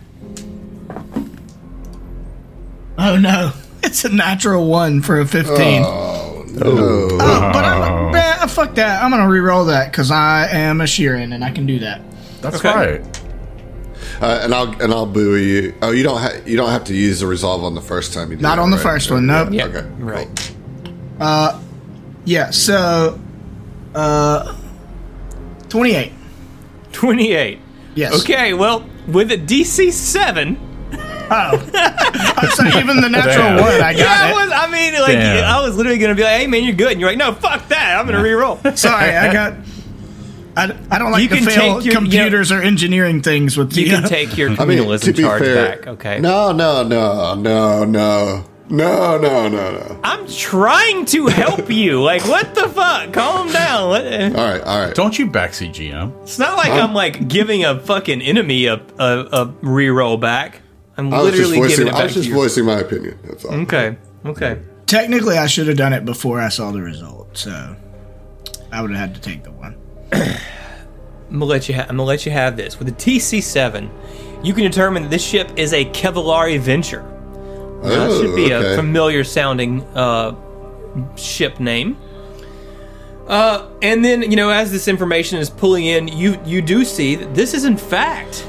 Speaker 3: Oh no, it's a natural one for a fifteen. Oh,
Speaker 4: Oh,
Speaker 3: but I'm man, uh, fuck that. I'm gonna re-roll that because I am a Sheeran and I can do that.
Speaker 2: That's
Speaker 7: Okay.
Speaker 2: right.
Speaker 4: Uh, and I'll and I'll buoy you. Oh, you don't ha- you don't have to use the resolve on the first time you do
Speaker 3: Not
Speaker 4: that,
Speaker 3: on the
Speaker 4: right?
Speaker 3: first one, nope.
Speaker 7: Yeah,
Speaker 4: Okay.
Speaker 7: right.
Speaker 3: Yeah. So, uh, twenty-eight.
Speaker 7: Twenty-eight.
Speaker 3: Yes.
Speaker 7: Okay, well, with a DC seven,
Speaker 3: So even the natural
Speaker 2: Damn.
Speaker 3: one, I
Speaker 7: yeah, I
Speaker 3: got it.
Speaker 7: was. I mean, like,
Speaker 2: Damn.
Speaker 7: I was literally gonna be like, "Hey, man, you're good," and you're like, "No, fuck that. I'm gonna re-roll."
Speaker 3: Sorry, I got. I, I don't like
Speaker 7: You
Speaker 3: to
Speaker 7: can
Speaker 3: fail
Speaker 7: take your-
Speaker 3: computers or engineering things with
Speaker 7: You
Speaker 3: the,
Speaker 7: can take your
Speaker 4: I mean,
Speaker 7: communalism
Speaker 4: to be
Speaker 7: charge
Speaker 4: fair,
Speaker 7: back. Okay.
Speaker 4: No, no, no, no, no, no, no, no, no.
Speaker 7: I'm trying to help you. Like, what the fuck? Calm down. What-
Speaker 4: All right, all right.
Speaker 2: Don't you backseat GM.
Speaker 7: It's not like I'm like giving a fucking enemy a a, a reroll back. I'm
Speaker 4: I was just
Speaker 7: literally
Speaker 4: voicing.
Speaker 7: giving it
Speaker 4: I
Speaker 7: back
Speaker 4: was
Speaker 7: to
Speaker 4: just
Speaker 7: you. Mm-hmm.
Speaker 4: voicing my opinion. That's all.
Speaker 7: Okay. Okay.
Speaker 3: Technically, I should have done it before I saw the result, so I would have had to take the one.
Speaker 7: I'm gonna let you. Ha- I'm gonna let you have this with a TC7. You can determine that this ship is a Kevlari Venture. Now, that
Speaker 4: Oh,
Speaker 7: should be
Speaker 4: okay.
Speaker 7: a familiar sounding uh, ship name. Uh, and then you know, as this information is pulling in, you you do see that this is in fact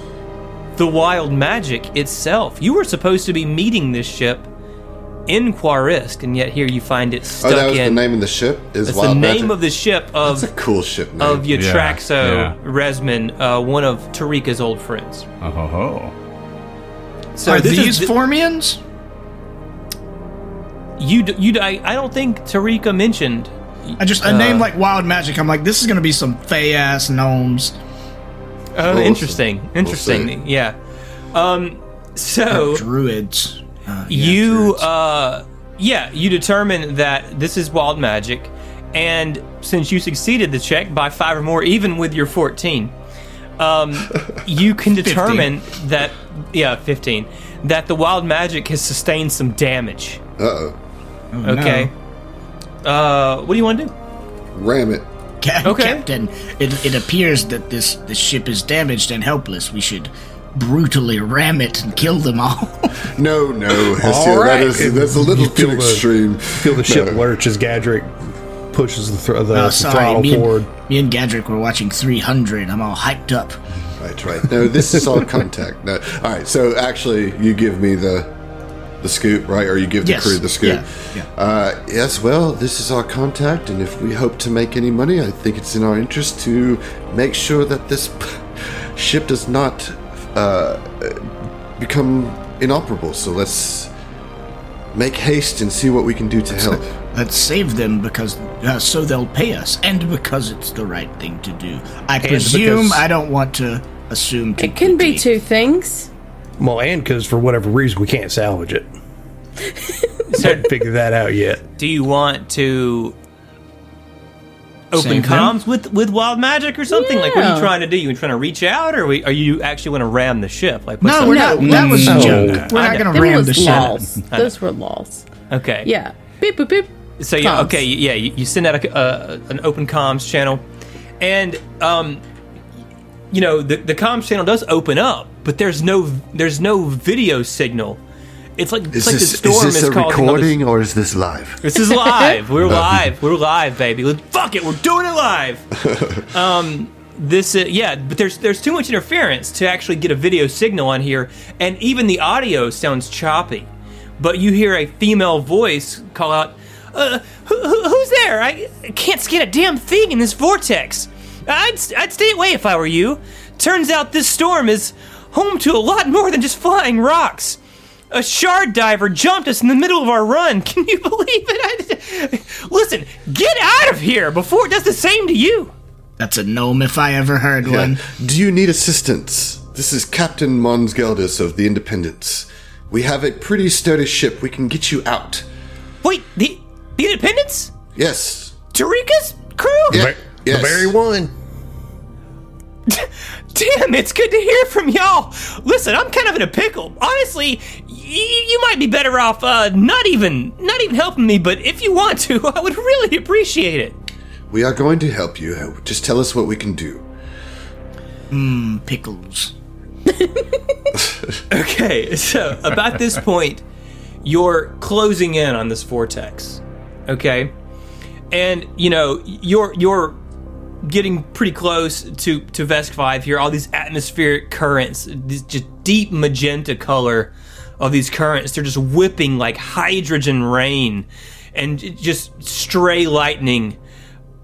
Speaker 7: the Wild Magic itself. You were supposed to be meeting this ship in Quarisk, and yet here you find it
Speaker 4: Oh,
Speaker 7: stuck
Speaker 4: that was the
Speaker 7: in.
Speaker 4: name of the ship. Is
Speaker 7: That's the
Speaker 4: Wild
Speaker 7: name
Speaker 4: Magic?
Speaker 7: of the ship of
Speaker 4: That's a cool ship name.
Speaker 7: of
Speaker 2: Yeah,
Speaker 7: Yatraxo
Speaker 2: yeah.
Speaker 7: Resman, uh, one of Tarika's old friends.
Speaker 2: Oh, ho, ho.
Speaker 7: So
Speaker 3: Are
Speaker 7: this is
Speaker 3: these
Speaker 7: the-
Speaker 3: Formians?
Speaker 7: you, d- you, d- I, I don't think Tarika mentioned.
Speaker 3: I just a
Speaker 7: Uh,
Speaker 3: name like Wild Magic. I'm like, this is gonna be some fey ass gnomes.
Speaker 7: Oh,
Speaker 4: we'll
Speaker 7: interesting,
Speaker 4: see.
Speaker 7: interesting.
Speaker 4: We'll
Speaker 7: yeah. Um. So
Speaker 3: Druids. Uh, yeah,
Speaker 7: you,
Speaker 3: druids.
Speaker 7: uh, yeah, you determine that this is wild magic, and since you succeeded the check by five or more, even with your fourteen, um, you can determine that yeah, fifteen, that the wild magic has sustained some damage.
Speaker 4: Uh oh.
Speaker 7: Okay. Uh, what do you want to do?
Speaker 4: Ram it.
Speaker 3: Ca-
Speaker 7: Okay.
Speaker 3: Captain, it, it appears that this, this ship is damaged and helpless. We should brutally ram it and kill them all.
Speaker 4: No, no, Hestia,
Speaker 6: right.
Speaker 4: that is that's a little
Speaker 6: You feel
Speaker 4: too
Speaker 6: the-
Speaker 4: extreme.
Speaker 6: Feel the ship
Speaker 4: No.
Speaker 6: lurch as Gadrick pushes the, thr- the,
Speaker 3: Oh,
Speaker 6: the
Speaker 3: sorry,
Speaker 6: throttle
Speaker 3: me
Speaker 6: forward.
Speaker 3: and, me and Gadrick were watching 300. I'm all hyped up.
Speaker 4: Right, right. No, this is all contact. No. All right, so actually, you give me the the scoop, right? Or you give the
Speaker 3: Yes.
Speaker 4: crew the scoop.
Speaker 3: Yeah.
Speaker 4: Uh, yes, well, this is our contact, and if we hope to make any money, I think it's in our interest to make sure that this p- ship does not uh, become inoperable. So let's make haste and see what we can do to help.
Speaker 3: Let's save them because uh, so they'll pay us, and because it's the right thing to do. I presume.
Speaker 6: because-
Speaker 3: I don't want to assume. Too
Speaker 8: It can be
Speaker 3: quickly.
Speaker 8: two things.
Speaker 6: Well, and because for whatever reason we can't salvage it.
Speaker 7: So,
Speaker 6: Figure that out yet.
Speaker 7: do you want to open
Speaker 3: Save them?
Speaker 7: comms with with wild magic or something? Like, what are
Speaker 8: Yeah.
Speaker 7: you trying to do? You trying to reach out, or we, are you actually want to ram the ship? Like, what's
Speaker 3: No,
Speaker 7: up?
Speaker 3: we're
Speaker 8: No.
Speaker 3: not. That was a
Speaker 6: No.
Speaker 3: joke. We're
Speaker 7: I
Speaker 3: not going to
Speaker 8: There
Speaker 3: ram
Speaker 8: was
Speaker 3: the shit. out of
Speaker 8: laws. Those were laws.
Speaker 7: Okay.
Speaker 8: Yeah. Beep boop boop.
Speaker 7: So yeah,
Speaker 8: Comms.
Speaker 7: okay, yeah, you, you send out a, uh, an open comms channel, and um, you know the the comms channel does open up, but there's no there's no video signal. It's like it's like the storm is, causing all this.
Speaker 4: or is this live?
Speaker 7: This is live. We're live. We're live, baby. Let's- Fuck it. We're doing it live. um, this uh, yeah, but there's there's too much interference to actually get a video signal on here, and even the audio sounds choppy. But you hear a female voice call out, uh, who, who- "Who's there? I can't scan a damn thing in this vortex. I'd I'd stay away if I were you. Turns out this storm is home to a lot more than just flying rocks." A shard diver jumped us in the middle of our run. Can you believe it? I, listen, get out of here before it does the same to you.
Speaker 3: That's a gnome if I ever heard one.
Speaker 4: Do you need assistance? This is Captain Mons Geldis of the Independence. We have a pretty sturdy ship. We can get you out.
Speaker 7: Wait, the the Independence?
Speaker 4: Yes.
Speaker 7: Tarika's crew?
Speaker 4: Yeah. Yes.
Speaker 6: The very one.
Speaker 7: Damn, it's good to hear from y'all. Listen, I'm kind of in a pickle. Honestly, y- you might be better off uh, not even not even helping me. But if you want to, I would really appreciate it.
Speaker 4: We are going to help you. Just tell us what we can do.
Speaker 3: Pickles.
Speaker 7: Okay, so about this point, you're closing in on this vortex. Okay? And you know, you're you're getting pretty close to to Vesk 5 here. All these atmospheric currents, this just deep magenta color of these currents, they're just whipping like hydrogen rain and j- just stray lightning,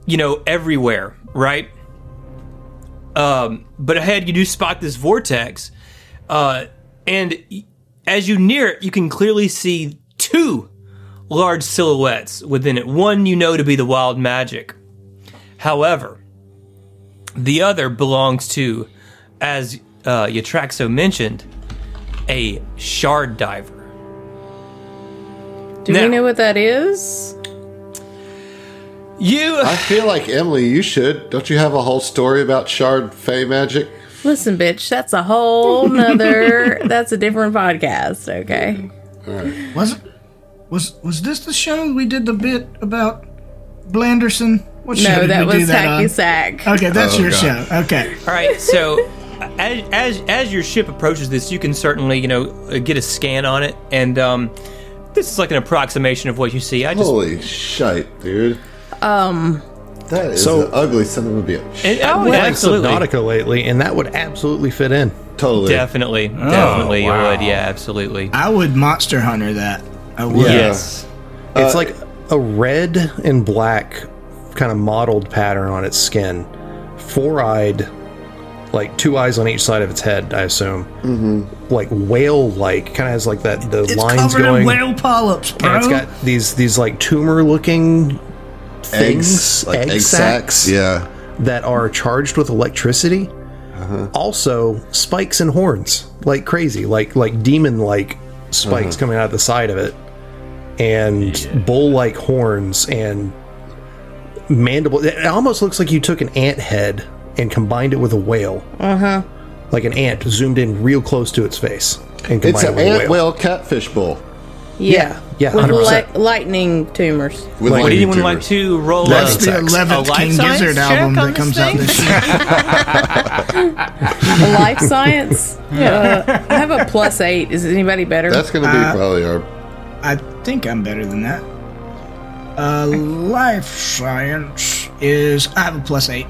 Speaker 7: you know, everywhere, right? Um, but ahead you do spot this vortex. Uh, and y- as you near it, you can clearly see two large silhouettes within it. One you know to be the wild magic. However, the other belongs to, as uh, Yatraxo mentioned, a shard diver.
Speaker 8: Do
Speaker 7: Now-
Speaker 8: we know what that is?
Speaker 7: You.
Speaker 4: I feel like Emily, you should. Don't you have a whole story about shard fey magic?
Speaker 8: Listen, bitch, that's a whole nother that's a different podcast, okay?
Speaker 3: Was it? Was was this the show we did the bit about Blanderson? What show
Speaker 8: No,
Speaker 3: did
Speaker 8: that
Speaker 3: we do
Speaker 8: was
Speaker 3: that uh,
Speaker 8: Tacky
Speaker 3: on?
Speaker 8: Sack.
Speaker 3: Okay, that's
Speaker 4: Oh,
Speaker 3: your
Speaker 4: God.
Speaker 3: show. Okay.
Speaker 7: All right, so as, as as your ship approaches this, you can certainly you know uh, get a scan on it, and um, this is like an approximation of what you see. I just
Speaker 4: Holy shite, dude. Um. That is
Speaker 6: So-
Speaker 4: an ugly son of a bitch.
Speaker 7: and- oh, yeah,
Speaker 6: Playing
Speaker 7: absolutely,
Speaker 6: Subnautica lately, and that would absolutely fit in.
Speaker 4: Totally.
Speaker 7: definitely, definitely, you
Speaker 2: wow.
Speaker 7: would, yeah, absolutely,
Speaker 3: I would monster hunter that. I would.
Speaker 6: Yeah.
Speaker 7: yes.
Speaker 4: Uh,
Speaker 6: It's like a red and black kind of mottled pattern on its skin. Four eyed, like two eyes on each side of its head, I assume. Mm-hmm. Like whale like, kind of has like that, the
Speaker 3: It's
Speaker 6: lines
Speaker 3: covered
Speaker 6: going.
Speaker 3: in whale polyps, bro.
Speaker 6: and it's got these, these like tumor looking
Speaker 4: Eggs,
Speaker 6: things,
Speaker 4: like egg, sacs. Yeah.
Speaker 6: that are charged with electricity.
Speaker 4: Uh-huh.
Speaker 6: Also, spikes and horns like crazy, like like demon like spikes
Speaker 4: Uh-huh.
Speaker 6: coming out of the side of it, and bull like horns and mandible. It almost looks like you took an ant head and combined it with a whale. Uh huh.
Speaker 4: Uh-huh.
Speaker 6: Like an ant zoomed in real close to its face and combined
Speaker 4: It's
Speaker 6: it
Speaker 4: an
Speaker 6: with a
Speaker 4: ant
Speaker 6: whale.
Speaker 4: whale catfish bowl.
Speaker 6: Yeah, yeah,
Speaker 8: With
Speaker 6: hundred percent.
Speaker 8: li- lightning tumors.
Speaker 4: With
Speaker 6: Like-
Speaker 7: Would
Speaker 4: lightning
Speaker 7: anyone
Speaker 4: tumors.
Speaker 7: like to roll
Speaker 6: That's
Speaker 7: a,
Speaker 3: It's the
Speaker 6: Sex.
Speaker 7: a
Speaker 3: eleventh
Speaker 7: life
Speaker 3: King
Speaker 7: science
Speaker 3: Gizzard
Speaker 7: check
Speaker 3: album
Speaker 7: on
Speaker 3: that comes
Speaker 7: this
Speaker 3: out
Speaker 7: thing?
Speaker 3: this year.
Speaker 8: Life science? Uh, I have a plus eight. Is anybody better?
Speaker 4: That's going to be probably our.
Speaker 3: I think I'm better than that. Uh, life science is I have a plus eight.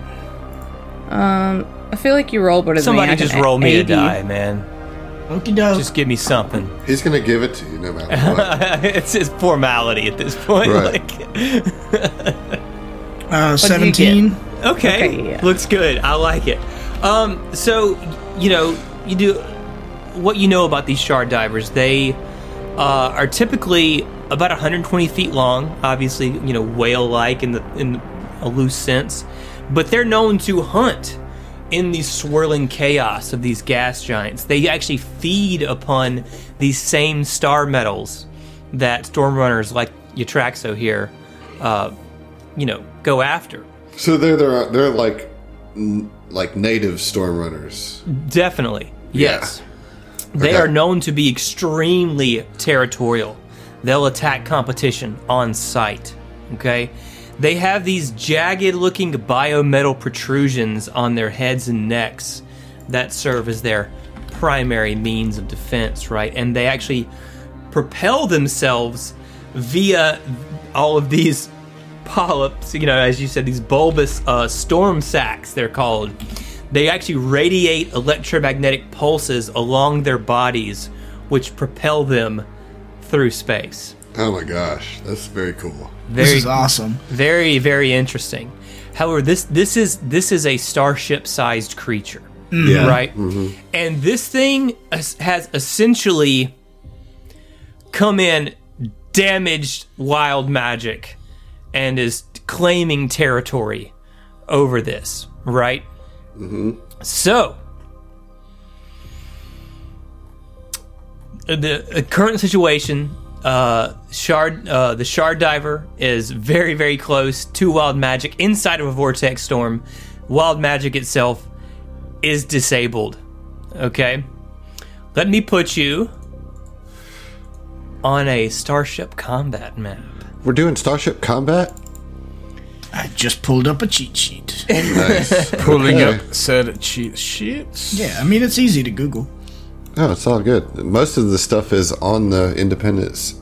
Speaker 8: I feel like you roll better than me.
Speaker 7: Somebody
Speaker 8: I can
Speaker 7: just roll me a
Speaker 8: 80.
Speaker 7: die, man.
Speaker 3: Okie doke.
Speaker 7: Just give me something.
Speaker 4: He's gonna give it to you no matter what.
Speaker 7: it's just formality at this point.
Speaker 4: Right.
Speaker 7: Like,
Speaker 3: uh,
Speaker 7: do you get?
Speaker 3: Seventeen.
Speaker 7: okay,
Speaker 8: Okay, yeah.
Speaker 7: looks good. I like it. Um, so you know, you do what you know about these shard divers. They uh, are typically about 120 feet long. Obviously, you know, whale-like in the in a loose sense, but they're known to hunt in the swirling chaos of these gas giants. They actually feed upon these same star metals that stormrunners like Yatraxo here, uh, you know, go after.
Speaker 4: So they're they're they're like n- like native storm runners.
Speaker 7: Definitely. Yes. They
Speaker 4: Okay.
Speaker 7: are known to be extremely territorial. They'll attack competition on sight. Okay? They have these jagged looking biometal protrusions on their heads and necks that serve as their primary means of defense, right? And they actually propel themselves via all of these polyps, you know, as you said, these bulbous uh, storm sacs, they're called. They actually radiate electromagnetic pulses along their bodies, which propel them through space.
Speaker 4: Oh my gosh, that's very cool.
Speaker 7: Very,
Speaker 3: This is awesome.
Speaker 7: very, very interesting. However, this this is this is a starship-sized creature,
Speaker 2: Yeah.
Speaker 7: right? And this thing has has essentially come in damaged wild magic and is claiming territory over this, right? Mm-hmm. So, Uh, the the current situation, uh, shard, uh, the shard diver is very, very close to wild magic inside of a vortex storm. Wild magic itself is disabled. Okay, let me put you on a starship combat map.
Speaker 4: We're doing Starship Combat.
Speaker 3: I just pulled up a cheat sheet.
Speaker 4: Nice.
Speaker 2: Pulling
Speaker 4: Okay.
Speaker 2: up said cheat sheets.
Speaker 3: yeah, I mean it's easy to Google.
Speaker 4: Oh, it's all good. Most of the stuff is on the Independence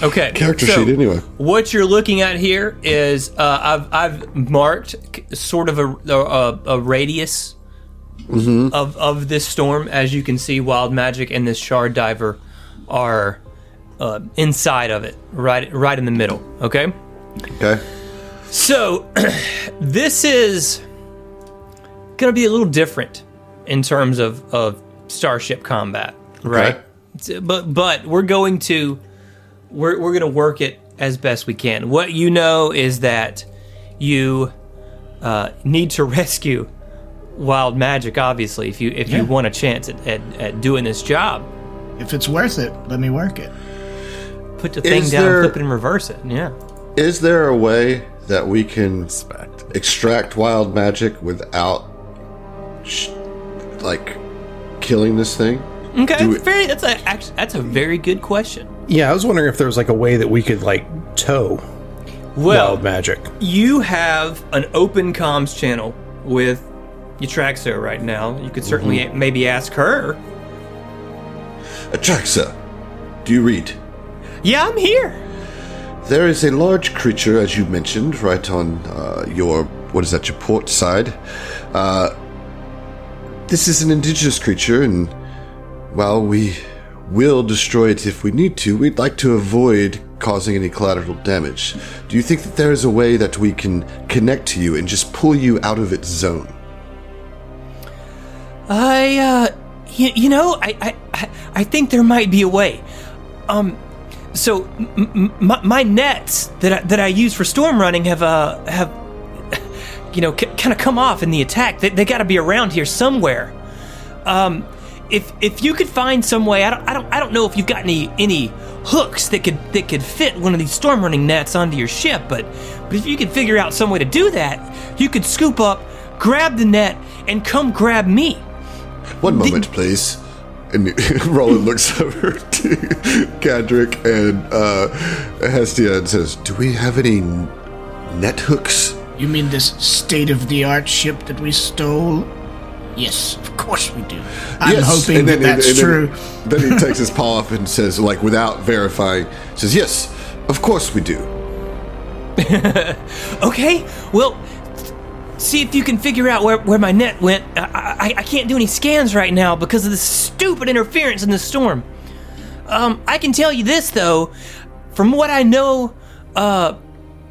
Speaker 7: Okay,
Speaker 4: character
Speaker 7: so-
Speaker 4: sheet anyway.
Speaker 7: What you're looking at here is uh, I've I've marked c- sort of a a, a radius of of this storm. As you can see, Wild Magic and this Shard Diver are uh, inside of it, right right in the middle. Okay,
Speaker 4: Okay.
Speaker 7: so this is gonna be a little different in terms of of starship combat, right?
Speaker 4: Okay.
Speaker 7: It's- But but we're going to we're we're gonna work it as best we can. What you know is that you uh, need to rescue wild magic, obviously, if you if
Speaker 3: Yeah.
Speaker 7: you want a chance at, at, at doing this job.
Speaker 3: If it's worth it, let me work it.
Speaker 7: Put the thing
Speaker 4: Is
Speaker 7: down,
Speaker 4: there-
Speaker 7: flip it, and reverse it. Yeah.
Speaker 4: Is there a way that we can
Speaker 2: Respect.
Speaker 4: extract wild magic without sh- like killing this thing?
Speaker 7: Okay.
Speaker 4: Do
Speaker 7: that's
Speaker 4: it.
Speaker 7: very. That's a act- that's a very good question.
Speaker 6: Yeah, I was wondering if there was like a way that we could like tow
Speaker 7: Well,
Speaker 6: wild magic.
Speaker 7: you have an open comms channel with Yatraxo right now. You could certainly
Speaker 4: Mm-hmm.
Speaker 7: maybe ask her.
Speaker 4: Atraxa, do you read?
Speaker 7: Yeah, I'm here.
Speaker 4: There is a large creature, as you mentioned, right on uh, your what is that? Your port side. Uh, this is an indigenous creature, and while we will destroy it if we need to, we'd like to avoid causing any collateral damage. Do you think that there is a way that we can connect to you and just pull you out of its zone?
Speaker 7: I, uh, you, you know, I, I, I- I think there might be a way. Um, so m- m- my, my nets that I, that I use for storm running have, uh, have, you know, c- kind of come off in the attack. They, they got to be around here somewhere. Um, if if you could find some way, I don't, I don't, I don't know if you've got any any hooks that could that could fit one of these storm running nets onto your ship, but but if you could figure out some way to do that, you could scoop up, grab the net, and come grab me.
Speaker 4: One moment, please. And Roland looks over to Cadric and uh, Hestia and says, "Do we have any net hooks?"
Speaker 3: You mean this state of the art ship that we stole? Yes, of course we do. I'm hoping
Speaker 4: and
Speaker 3: that
Speaker 4: then-
Speaker 3: that's
Speaker 4: and then-
Speaker 3: true.
Speaker 4: Then, he takes his paw up and says, like without verifying, says, "Yes, of course we do."
Speaker 7: Okay, well, see if you can figure out where, where my net went. I, I, I can't do any scans right now because of this stupid interference in the storm. Um, I can tell you this, though. From what I know uh,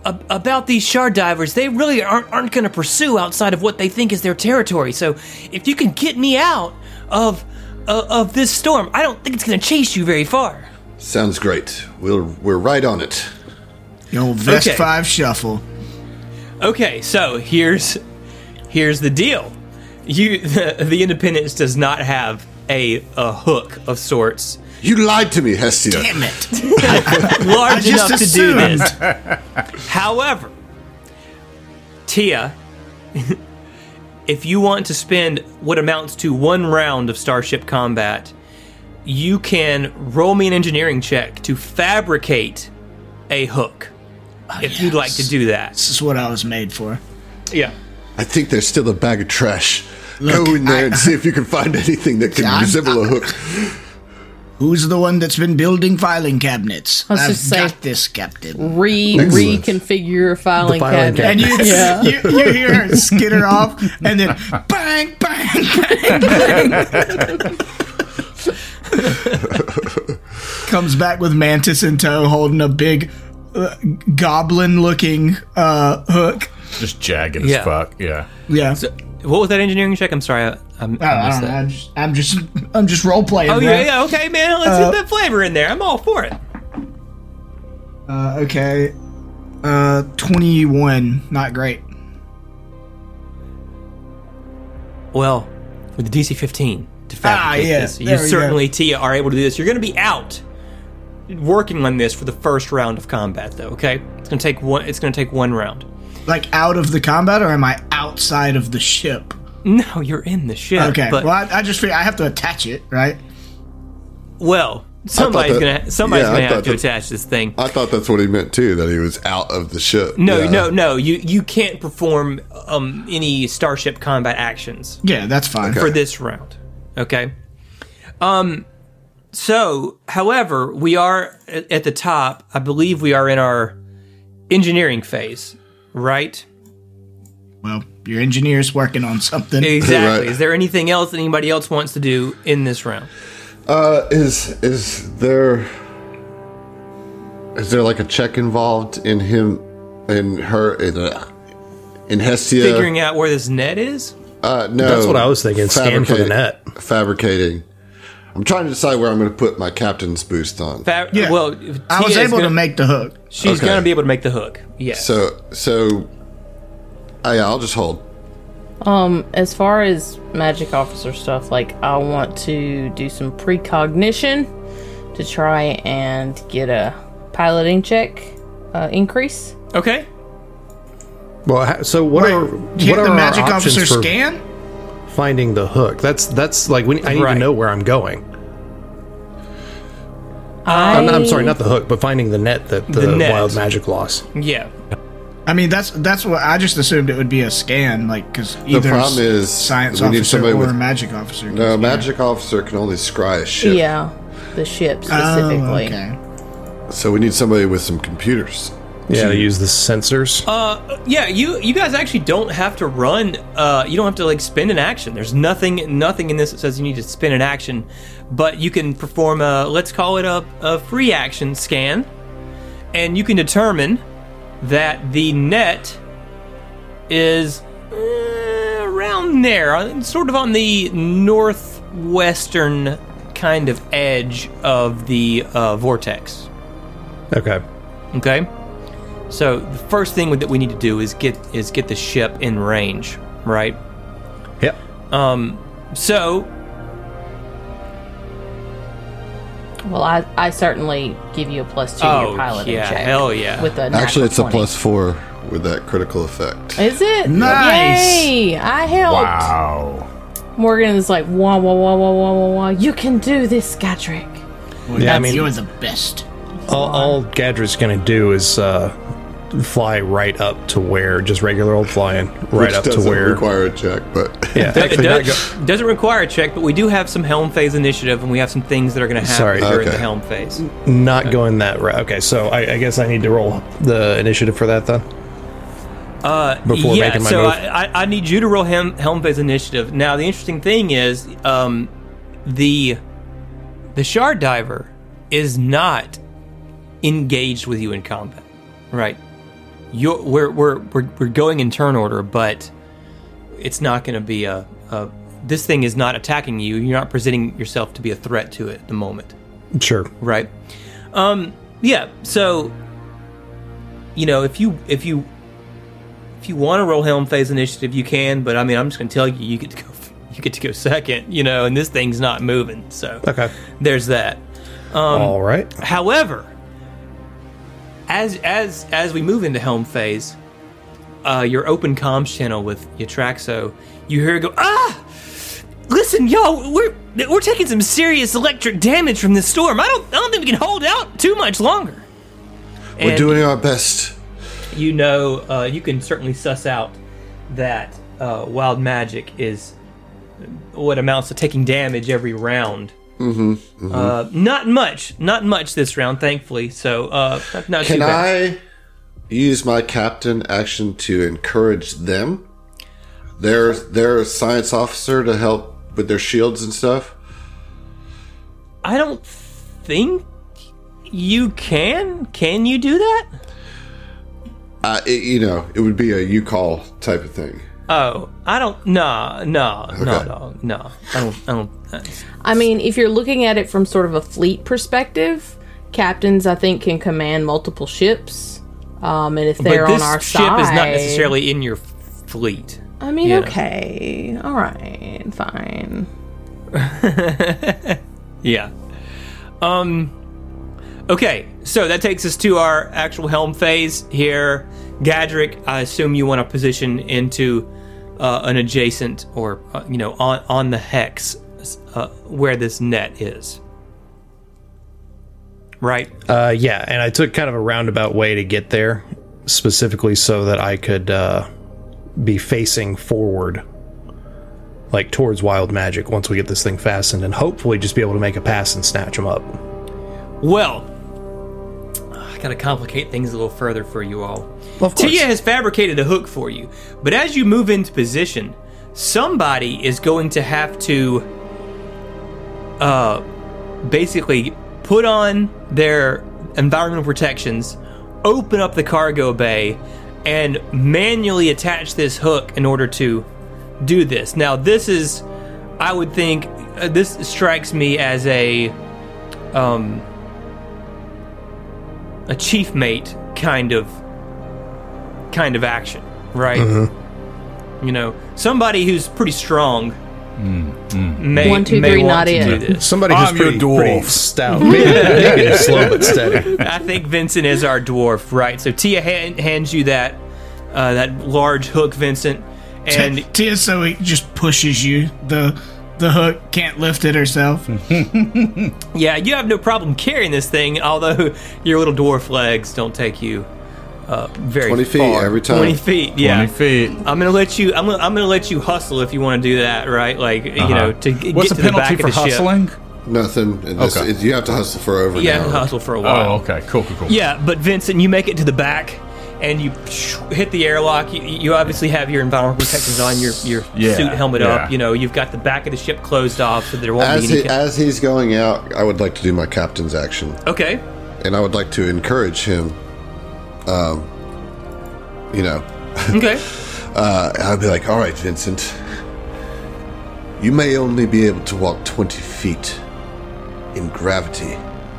Speaker 7: ab- about these shard divers, they really aren't, aren't going to pursue outside of what they think is their territory. So if you can get me out of, uh, of this storm, I don't think it's going to chase you very far.
Speaker 4: Sounds great. We'll we're right on it.
Speaker 3: The old Vest
Speaker 7: Okay.
Speaker 3: 5 shuffle.
Speaker 7: Okay, so here's here's the deal. You the, the Independence does not have a a hook of sorts
Speaker 4: You lied to me, Hestia.
Speaker 3: Damn it.
Speaker 7: large
Speaker 3: just
Speaker 7: enough to do
Speaker 3: assumed.
Speaker 7: this. However, Tia, if you want to spend what amounts to one round of starship combat, you can roll me an engineering check to fabricate a hook.
Speaker 3: Ah,
Speaker 7: if you'd like to do that.
Speaker 3: This is what I was made for.
Speaker 7: Yeah.
Speaker 4: I think there's still a bag of trash. Go
Speaker 3: Look,
Speaker 4: in there
Speaker 3: I-
Speaker 4: and see if you can find anything that can
Speaker 3: I'm-
Speaker 4: resemble a hook.
Speaker 3: Who's the one that's been building filing cabinets?
Speaker 5: was
Speaker 3: I've
Speaker 5: just saying-
Speaker 3: got this,
Speaker 7: Mm.
Speaker 3: Captain.
Speaker 5: Re
Speaker 4: Excellent.
Speaker 5: reconfigure a filing,
Speaker 6: filing
Speaker 5: cabinet.
Speaker 3: And you,
Speaker 5: Yeah.
Speaker 3: you, you hear her skitter off, and then bang, bang, bang, bang. Comes back with Mantis in tow, holding a big uh, goblin-looking uh, hook.
Speaker 2: Just jagged
Speaker 7: Yeah.
Speaker 2: as fuck. Yeah.
Speaker 3: Yeah.
Speaker 7: What was that engineering check? I'm sorry, I, I, I missed
Speaker 3: Oh, I don't know.
Speaker 7: that.
Speaker 3: I'm just, I'm just, I'm just role playing.
Speaker 7: Oh yeah, yeah, okay, man. Let's get that flavor in there. I'm all for it.
Speaker 3: Uh, okay. Uh, twenty-one. Not great.
Speaker 7: Well, with the DC 15 to fabricate
Speaker 3: Ah, yeah,
Speaker 7: this, you
Speaker 3: there we go.
Speaker 7: certainly, Tia, are able to do this. You're going to be out working on this for the first round of combat, though. Okay, it's going to take one. It's going to take one round.
Speaker 3: Like out of the combat, or am I outside of the ship?
Speaker 7: No, you're in the ship.
Speaker 3: Okay.
Speaker 7: but
Speaker 3: well, I, I just figure I have to attach it, right?
Speaker 7: well, somebody's
Speaker 4: that-
Speaker 7: going to somebody's
Speaker 4: yeah, I
Speaker 7: going to have
Speaker 4: thought
Speaker 7: to
Speaker 4: that-
Speaker 7: attach this thing.
Speaker 4: I thought that's what he meant too, that he was out of the ship.
Speaker 7: No,
Speaker 4: Yeah.
Speaker 7: no, no. You you can't perform um, any starship combat actions
Speaker 3: Yeah, that's fine.
Speaker 7: for this round. Okay. Um. So, however, we are a- at the top. I believe we are in our engineering phase, right?
Speaker 3: Well, your engineer's working on something.
Speaker 7: Exactly.
Speaker 4: Right.
Speaker 7: Is there anything else that anybody else wants to do in this round?
Speaker 4: Uh, is is there is there like a check involved in him in her in, uh, in Hestia?
Speaker 7: Figuring out where this net is.
Speaker 4: uh, no,
Speaker 6: That's what I was thinking. Scan for the net.
Speaker 4: Fabricating. I'm trying to decide where I'm going to put my captain's boost on.
Speaker 7: Fa-
Speaker 3: Yeah.
Speaker 7: Well,
Speaker 3: I
Speaker 7: Tia
Speaker 3: was
Speaker 7: is
Speaker 3: able to
Speaker 7: gonna-
Speaker 3: make the hook.
Speaker 7: She's
Speaker 4: Okay.
Speaker 7: going to be able to make the hook. Yes.
Speaker 4: so so, uh, yeah, I'll just hold.
Speaker 5: Um, as far as magic officer stuff, like I want to do some precognition to try and get a piloting check uh, increase.
Speaker 7: okay.
Speaker 6: Well, ha- so what are
Speaker 3: Hit
Speaker 6: what are
Speaker 3: the
Speaker 6: our
Speaker 3: magic
Speaker 6: options
Speaker 3: officer
Speaker 6: for
Speaker 3: scan.
Speaker 6: finding the hook? That's that's like we, I need
Speaker 7: Right.
Speaker 6: to know where I'm going.
Speaker 5: I,
Speaker 6: I'm, I'm sorry, not the hook, but finding the net that the,
Speaker 7: The net.
Speaker 6: wild magic lost.
Speaker 7: Yeah.
Speaker 3: I mean, that's that's what I just assumed it would be a scan, like because either
Speaker 4: problem
Speaker 3: s-
Speaker 4: is
Speaker 3: science
Speaker 4: we need
Speaker 3: officer
Speaker 4: somebody
Speaker 3: or
Speaker 4: with-
Speaker 3: magic officer. can
Speaker 4: No,
Speaker 3: scan.
Speaker 4: magic officer can only scry a ship.
Speaker 5: Yeah, the ship
Speaker 3: Oh,
Speaker 5: specifically.
Speaker 3: okay.
Speaker 4: So we need somebody with some computers.
Speaker 6: Yeah, to use the sensors.
Speaker 7: Uh, yeah. You you guys actually don't have to run. Uh, you don't have to like spend an action. There's nothing nothing in this that says you need to spend an action, but you can perform a let's call it a, a free action scan, and you can determine that the net is uh, around there, on- sort of on the northwestern kind of edge of the uh, vortex.
Speaker 6: okay.
Speaker 7: Okay. So the first thing that we need to do is get is get the ship in range, right?
Speaker 6: Yep.
Speaker 7: So
Speaker 5: Well, I, I certainly give you a plus two to
Speaker 7: Oh,
Speaker 5: your piloting
Speaker 7: yeah,
Speaker 5: check.
Speaker 7: hell yeah.
Speaker 5: With a
Speaker 4: Actually,
Speaker 5: natural
Speaker 4: it's a
Speaker 5: 20.
Speaker 4: plus four with that critical effect.
Speaker 5: Is it?
Speaker 3: Nice.
Speaker 5: Yay! I helped.
Speaker 2: Wow.
Speaker 5: Morgan is like wah wah wah wah wah wah wah. You can do this, Skatrick.
Speaker 6: yeah, I mean,
Speaker 3: You're the best.
Speaker 6: all, all Gadret's gonna do is uh, fly right up to where just regular old flying right
Speaker 4: Which
Speaker 6: up to
Speaker 4: doesn't
Speaker 6: where.
Speaker 4: require a check, but
Speaker 6: yeah,
Speaker 7: it
Speaker 6: actually, not
Speaker 7: does, doesn't require a check, but we do have some helm phase initiative, and we have some things that are going to happen
Speaker 6: Sorry.
Speaker 7: during
Speaker 4: Okay.
Speaker 7: the helm phase.
Speaker 6: go- not going that route. Okay, so I, I guess I need to roll the initiative for that then.
Speaker 7: Uh,
Speaker 6: Before
Speaker 7: yeah,
Speaker 6: making my
Speaker 7: so
Speaker 6: move.
Speaker 7: I, I, I need you to roll Helm, Helmface initiative. Now, the interesting thing is, um, the the shard diver is not engaged with you in combat, right? You're, we're, we're, we're, we're going in turn order, but it's not going to be a, a. This thing is not attacking you. You're not presenting yourself to be a threat to it at the moment
Speaker 6: Sure.
Speaker 7: right um yeah so you know if you if you if you want to roll helm phase initiative you can but i mean i'm just gonna tell you you get to go you get to go second you know and this thing's not moving so
Speaker 6: Okay.
Speaker 7: there's that Um,
Speaker 6: All right.
Speaker 7: however as as as we move into helm phase uh your open comms channel with Yatraxo, you hear it go ah Listen, y'all, we're we're taking some serious electric damage from this storm. I don't I don't think we can hold out too much longer.
Speaker 4: We're doing our best.
Speaker 7: You know, uh, you can certainly suss out that uh, wild magic is what amounts to taking damage every round. Mm-hmm. Uh, not much, not much this round, thankfully. So, uh, not- not
Speaker 4: Can
Speaker 7: too bad.
Speaker 4: I use my captain action to encourage them? They're, they're a science officer to help with their shields and stuff.
Speaker 7: I don't think you can. Can you do that?
Speaker 4: Uh, it, you know, it would be a you call type of thing.
Speaker 7: Oh, I don't. Nah, nah, nah,
Speaker 4: Okay.
Speaker 7: nah, nah. I don't. I don't. uh,
Speaker 5: I mean, if you're looking at it from sort of a fleet perspective, captains, I think, can command multiple ships. Um, and if they're
Speaker 7: but this
Speaker 5: on our
Speaker 7: ship
Speaker 5: side,
Speaker 7: is not necessarily in your f- fleet.
Speaker 5: I mean,
Speaker 7: you know.
Speaker 5: okay, all right, fine.
Speaker 7: Yeah. Um. Okay, so that takes us to our actual helm phase here. Gadrick, I assume you want to position into uh, an adjacent or uh, you know on on the hex uh, where this net is. Right.
Speaker 6: Uh, yeah, and I took kind of a roundabout way to get there, specifically so that I could uh, be facing forward, like towards wild magic. Once we get this thing fastened, and hopefully just be able to make a pass and snatch them up.
Speaker 7: Well, I gotta complicate things a little further for you all.
Speaker 6: Of course.
Speaker 7: Tia has fabricated a hook for you, but as you move into position, somebody is going to have to, uh, basically put on their environmental protections, open up the cargo bay, and manually attach this hook in order to do this. Now, this is, I would think, uh, this strikes me as a, um, a chief mate kind of kind of action, right? You know, somebody who's pretty strong may,
Speaker 5: One, two,
Speaker 7: may
Speaker 5: three,
Speaker 7: want
Speaker 5: not
Speaker 7: to
Speaker 5: it.
Speaker 7: do this.
Speaker 6: Somebody who's
Speaker 2: I'm your
Speaker 6: pretty,
Speaker 2: dwarf.
Speaker 6: pretty stout, negative, slow but steady.
Speaker 7: I think Vincent is our dwarf, right? So Tia hand, hands you that uh, that large hook, Vincent, and
Speaker 3: Tia, so it just pushes you. The the hook can't lift it herself.
Speaker 7: yeah, you have no problem carrying this thing, although your little dwarf legs don't take you uh, very
Speaker 4: 20 feet
Speaker 7: far.
Speaker 4: every time.
Speaker 7: Twenty feet, yeah.
Speaker 2: 20 feet.
Speaker 7: I'm gonna let you. I'm gonna, I'm gonna let you hustle if you want to do that, right? Like you know, to g-
Speaker 2: Uh-huh. What's
Speaker 7: get
Speaker 2: the
Speaker 7: to the back
Speaker 2: penalty
Speaker 7: of the
Speaker 2: for
Speaker 7: ship.
Speaker 2: hustling?
Speaker 4: Nothing. And this-
Speaker 2: Okay.
Speaker 4: it- you have to hustle for over.
Speaker 7: Yeah,
Speaker 4: an hour.
Speaker 7: hustle for a while.
Speaker 2: Oh, okay. Cool, cool, cool.
Speaker 7: Yeah, but Vincent, you make it to the back and you hit the airlock. You, you obviously have your environmental protections on, your your
Speaker 2: Yeah,
Speaker 7: suit helmet
Speaker 2: yeah.
Speaker 7: up. You know, you've got the back of the ship closed off, so there won't
Speaker 4: As,
Speaker 7: be
Speaker 4: he,
Speaker 7: any. ca-
Speaker 4: as he's going out, I would like to do my captain's action,
Speaker 7: okay,
Speaker 4: and I would like to encourage him. Um, you know,
Speaker 7: okay,
Speaker 4: uh, I'd be like, "All right, Vincent, you may only be able to walk twenty feet in gravity,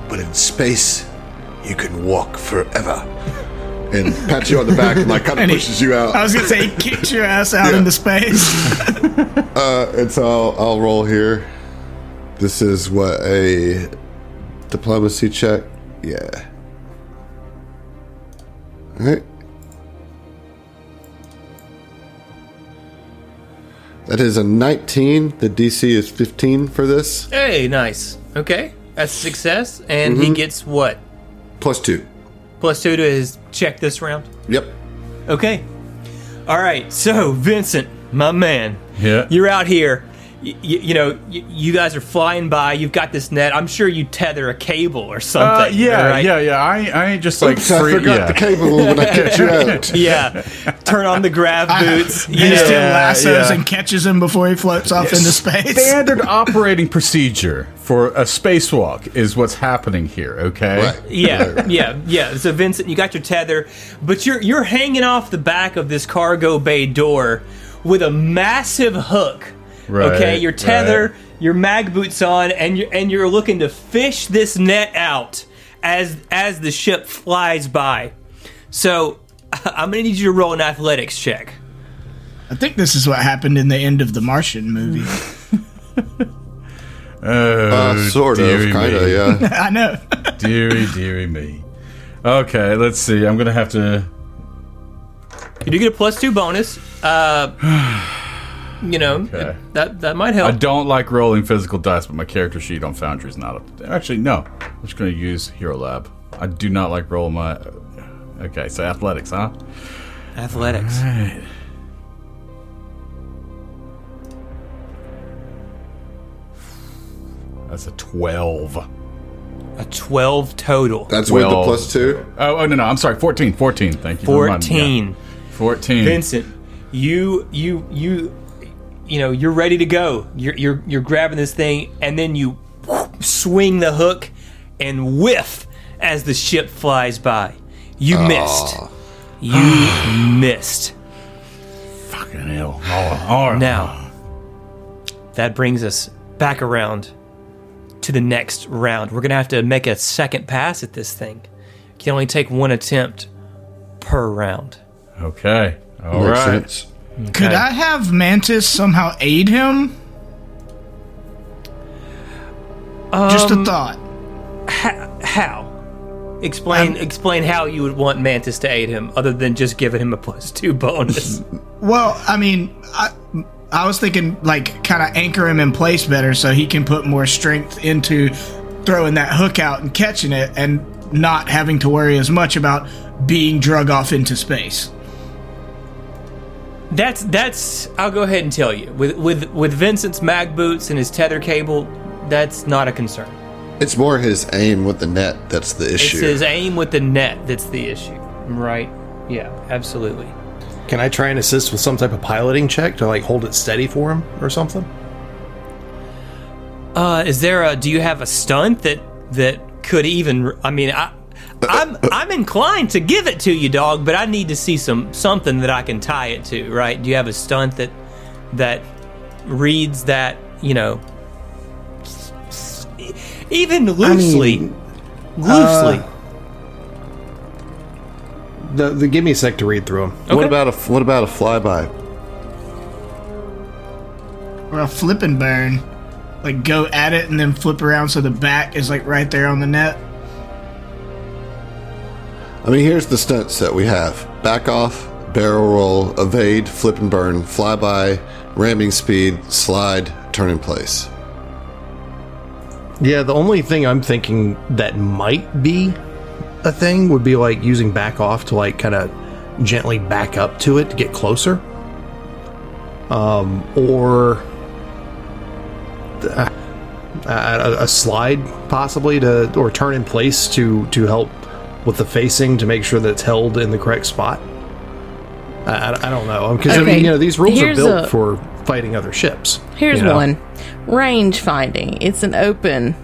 Speaker 4: but in space, you can walk forever." And pats you on the back and like kind of
Speaker 3: And he-
Speaker 4: pushes you out.
Speaker 3: I was gonna say, he kicked your ass out into space.
Speaker 4: Uh, and so I'll, I'll roll here. This is what a diplomacy check. Yeah. All right. That is a 19. The DC is 15 for this.
Speaker 7: hey, nice. Okay, that's success, and he gets what
Speaker 4: Plus two.
Speaker 7: plus two to his check this round.
Speaker 4: Yep.
Speaker 7: Okay, all right. So Vincent, my man,
Speaker 2: Yeah.
Speaker 7: you're out here. y- y- you know, y- you guys are flying by. You've got this net. I'm sure you tether a cable or
Speaker 2: Uh,
Speaker 7: something.
Speaker 2: yeah,
Speaker 7: right?
Speaker 2: yeah, yeah. I, I ain't just like
Speaker 4: Oops, I
Speaker 2: free.
Speaker 4: forgot
Speaker 2: yeah.
Speaker 4: the cable when I kicked you out.
Speaker 7: yeah. Turn on the grab boots.
Speaker 3: and
Speaker 7: you know.
Speaker 3: still lassos
Speaker 2: yeah.
Speaker 3: and catches him before he floats off into space.
Speaker 2: Standard operating procedure for a spacewalk is what's happening here. Okay.
Speaker 4: Right.
Speaker 7: Yeah, yeah, yeah. So Vincent, you got your tether, but you're you're hanging off the back of this cargo bay door with a massive hook.
Speaker 2: Right,
Speaker 7: okay, your tether,
Speaker 2: right.
Speaker 7: your mag boots on, and you're and you're looking to fish this net out as as the ship flies by. So I'm gonna need you to roll an athletics check.
Speaker 3: I think this is what happened in the end of the Martian movie.
Speaker 2: Oh,
Speaker 4: Uh, sort of,
Speaker 2: dearie
Speaker 4: kind of,
Speaker 2: me.
Speaker 4: yeah.
Speaker 3: I know.
Speaker 2: Deary, deary me. Okay, let's see. I'm gonna have to.
Speaker 7: You do get a plus two bonus. Uh, you know
Speaker 2: Okay.
Speaker 7: that that might
Speaker 2: I
Speaker 7: help.
Speaker 2: don't like rolling physical dice, but my character sheet on Foundry is not up. To, actually, no. I'm just gonna use Hero Lab. I do not like roll my. Okay, so athletics, huh?
Speaker 7: Athletics.
Speaker 2: That's a twelve.
Speaker 7: A twelve total.
Speaker 4: That's with the
Speaker 2: Well-
Speaker 4: plus two.
Speaker 2: Oh, oh no, no. I'm sorry. 14. 14. Thank you. for reminding me.
Speaker 7: Fourteen.
Speaker 2: Yeah. 14.
Speaker 7: Vincent, you you you you know you're ready to go. You're you're you're grabbing this thing, and then you whoop, swing the hook and whiff as the ship flies by. You missed. You missed.
Speaker 2: Fucking hell. Oh, all right.
Speaker 7: Now, that brings us back around to the next round. We're gonna have to make a second pass at this thing. You can only take one attempt per round.
Speaker 2: Okay. All
Speaker 4: Makes
Speaker 2: right.
Speaker 4: sense.
Speaker 3: Could I have Mantis somehow aid him? Just a thought.
Speaker 7: How? Explain explain how you would want Mantis to aid him, other than just giving him a plus two bonus.
Speaker 3: Well, I mean, I, I was thinking like kind of anchor him in place better so he can put more strength into throwing that hook out and catching it and not having to worry as much about being drug off into space.
Speaker 7: that's that's. I'll go ahead and tell you with with with Vincent's mag boots and his tether cable, that's not a concern.
Speaker 4: It's more his aim with the net that's the
Speaker 7: It's
Speaker 4: issue.
Speaker 7: his aim with the net that's the issue, right? Yeah, absolutely.
Speaker 6: Can I try and assist with some type of piloting check to like hold it steady for him or something?
Speaker 7: Uh, is there a? Do you have a stunt that that could even? I mean, I. I'm I'm inclined to give it to you, dog, but I need to see some something that I can tie it to, right? Do you have a stunt that that reads that, you know, s- s- e- even loosely, loosely?
Speaker 6: Uh, The, the give me a sec to read through him.
Speaker 4: What about a what about a flyby?
Speaker 3: Or a flip and burn. Like go at it and then flip around so the back is like right there on the net.
Speaker 4: I mean, here's the stunts that we have: back off, barrel roll, evade, flip and burn, flyby, ramming speed, slide, turn in place.
Speaker 6: Yeah, the only thing I'm thinking that might be a thing would be like using back off to like kind of gently back up to it to get closer. Um, or uh, a, a slide possibly to or turn in place to to help with the facing to make sure that it's held in the correct spot. I, I- I don't know because I
Speaker 5: Okay,
Speaker 6: mean you know these rules are
Speaker 5: here's
Speaker 6: built
Speaker 5: a-
Speaker 6: for fighting other ships.
Speaker 5: Here's
Speaker 6: you know?
Speaker 5: one. Range finding. It's an open.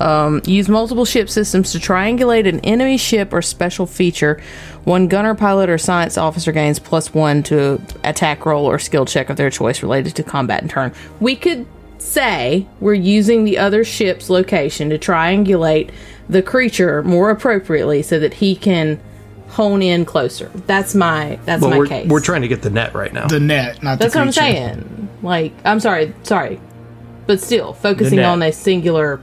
Speaker 5: Um, use multiple ship systems to triangulate an enemy ship or special feature. One gunner, pilot, or science officer gains plus one to attack roll or skill check of their choice related to combat and turn. We could say we're using the other ship's location to triangulate the creature more appropriately so that he can hone in closer. That's my that's
Speaker 6: But
Speaker 5: my
Speaker 6: we're,
Speaker 5: case.
Speaker 6: we're trying to get the net right now.
Speaker 3: The net, not
Speaker 5: That's
Speaker 3: the
Speaker 5: what I'm
Speaker 3: creature.
Speaker 5: saying. Like, I'm sorry, sorry, but still focusing
Speaker 7: net.
Speaker 5: on a singular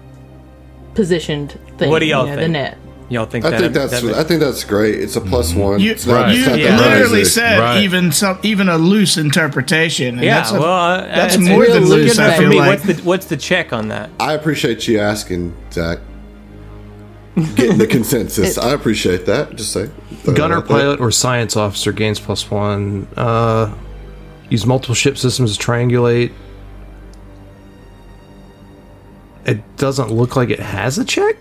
Speaker 5: positioned thing.
Speaker 7: What do y'all
Speaker 5: you know, The
Speaker 7: think?
Speaker 5: net.
Speaker 7: Y'all think
Speaker 4: I
Speaker 7: that
Speaker 4: think that's
Speaker 7: that-
Speaker 4: I think that's great. It's a plus one.
Speaker 3: Mm-hmm. You,
Speaker 4: It's not-
Speaker 2: Right.
Speaker 4: it's not
Speaker 3: you
Speaker 4: that
Speaker 3: literally
Speaker 4: crazy.
Speaker 3: said
Speaker 2: Right.
Speaker 3: even some even a loose interpretation. And
Speaker 7: yeah,
Speaker 3: that's a-
Speaker 7: well, uh,
Speaker 3: that's
Speaker 7: it's-
Speaker 3: more
Speaker 7: it's
Speaker 5: than
Speaker 7: looking
Speaker 5: loose, I
Speaker 7: at for
Speaker 5: feel
Speaker 7: me.
Speaker 3: like.
Speaker 7: What's the what's the check on that?
Speaker 4: I appreciate you asking, Zach. Getting the consensus. I appreciate that. Just say
Speaker 6: Gunner, pilot, or science Uh, officer gains plus one. Uh, use multiple ship systems to triangulate it doesn't look like it has a check.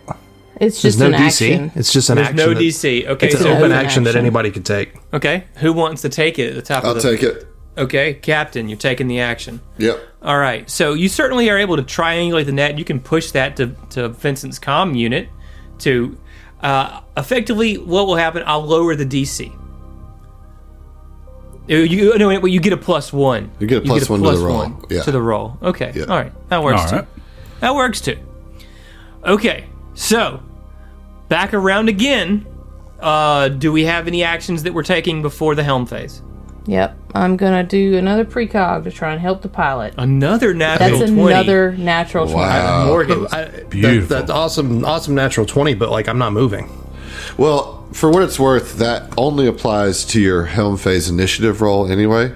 Speaker 5: It's
Speaker 6: There's
Speaker 5: just
Speaker 6: no
Speaker 5: an
Speaker 6: DC.
Speaker 5: action.
Speaker 6: It's just an
Speaker 7: There's
Speaker 6: action.
Speaker 7: no
Speaker 6: that-
Speaker 7: DC. Okay,
Speaker 6: It's an
Speaker 7: so-
Speaker 6: open
Speaker 5: Open
Speaker 6: action that
Speaker 5: action.
Speaker 6: anybody could take.
Speaker 7: Okay, who wants to take it at the top
Speaker 4: I'll
Speaker 7: of the
Speaker 4: take it.
Speaker 7: Okay, Captain, you're taking the action.
Speaker 4: Yep.
Speaker 7: All right, so you certainly are able to triangulate the net. You can push that to, to Vincent's comm unit to uh, effectively what will happen. I'll lower the DC. You, you- no, wait, you get a plus one.
Speaker 4: You get a plus one to the roll. Yeah.
Speaker 7: To the roll. Okay.
Speaker 4: Yeah.
Speaker 7: All right. That works
Speaker 2: All
Speaker 7: too.
Speaker 2: right.
Speaker 7: That works too. Okay. So back around again. Uh, do we have any actions that we're taking before the helm phase?
Speaker 5: Yep. I'm gonna do another precog to try and help the pilot.
Speaker 7: Another natural
Speaker 5: That's
Speaker 7: twenty.
Speaker 5: another natural
Speaker 4: Wow.
Speaker 7: Morgan.
Speaker 6: Uh, That,
Speaker 2: Beautiful.
Speaker 6: that awesome, awesome natural twenty, but like I'm not moving.
Speaker 4: Well, for what it's worth, that only applies to your helm phase initiative roll anyway,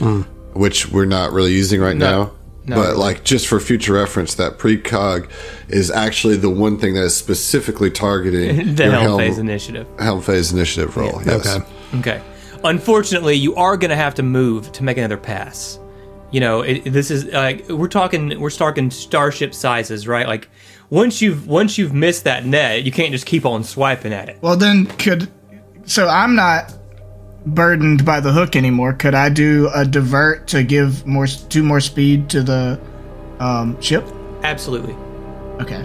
Speaker 6: Hmm.
Speaker 4: which we're not really using right now. but like just for future reference, that precog is actually the one thing that is specifically targeting
Speaker 7: the
Speaker 4: your
Speaker 7: helm phase initiative.
Speaker 4: helm phase initiative roll. Yes.
Speaker 6: Okay.
Speaker 7: Okay. Unfortunately, you are going to have to move to make another pass. You know, it, it- this is like we're talking we're talking starship sizes, right? Like once you've once you've missed that net, you can't just keep on swiping at it.
Speaker 3: Well, then could so I'm not burdened by the hook anymore. Could I do a divert to give more two more speed to the um, ship?
Speaker 7: Absolutely.
Speaker 3: Okay.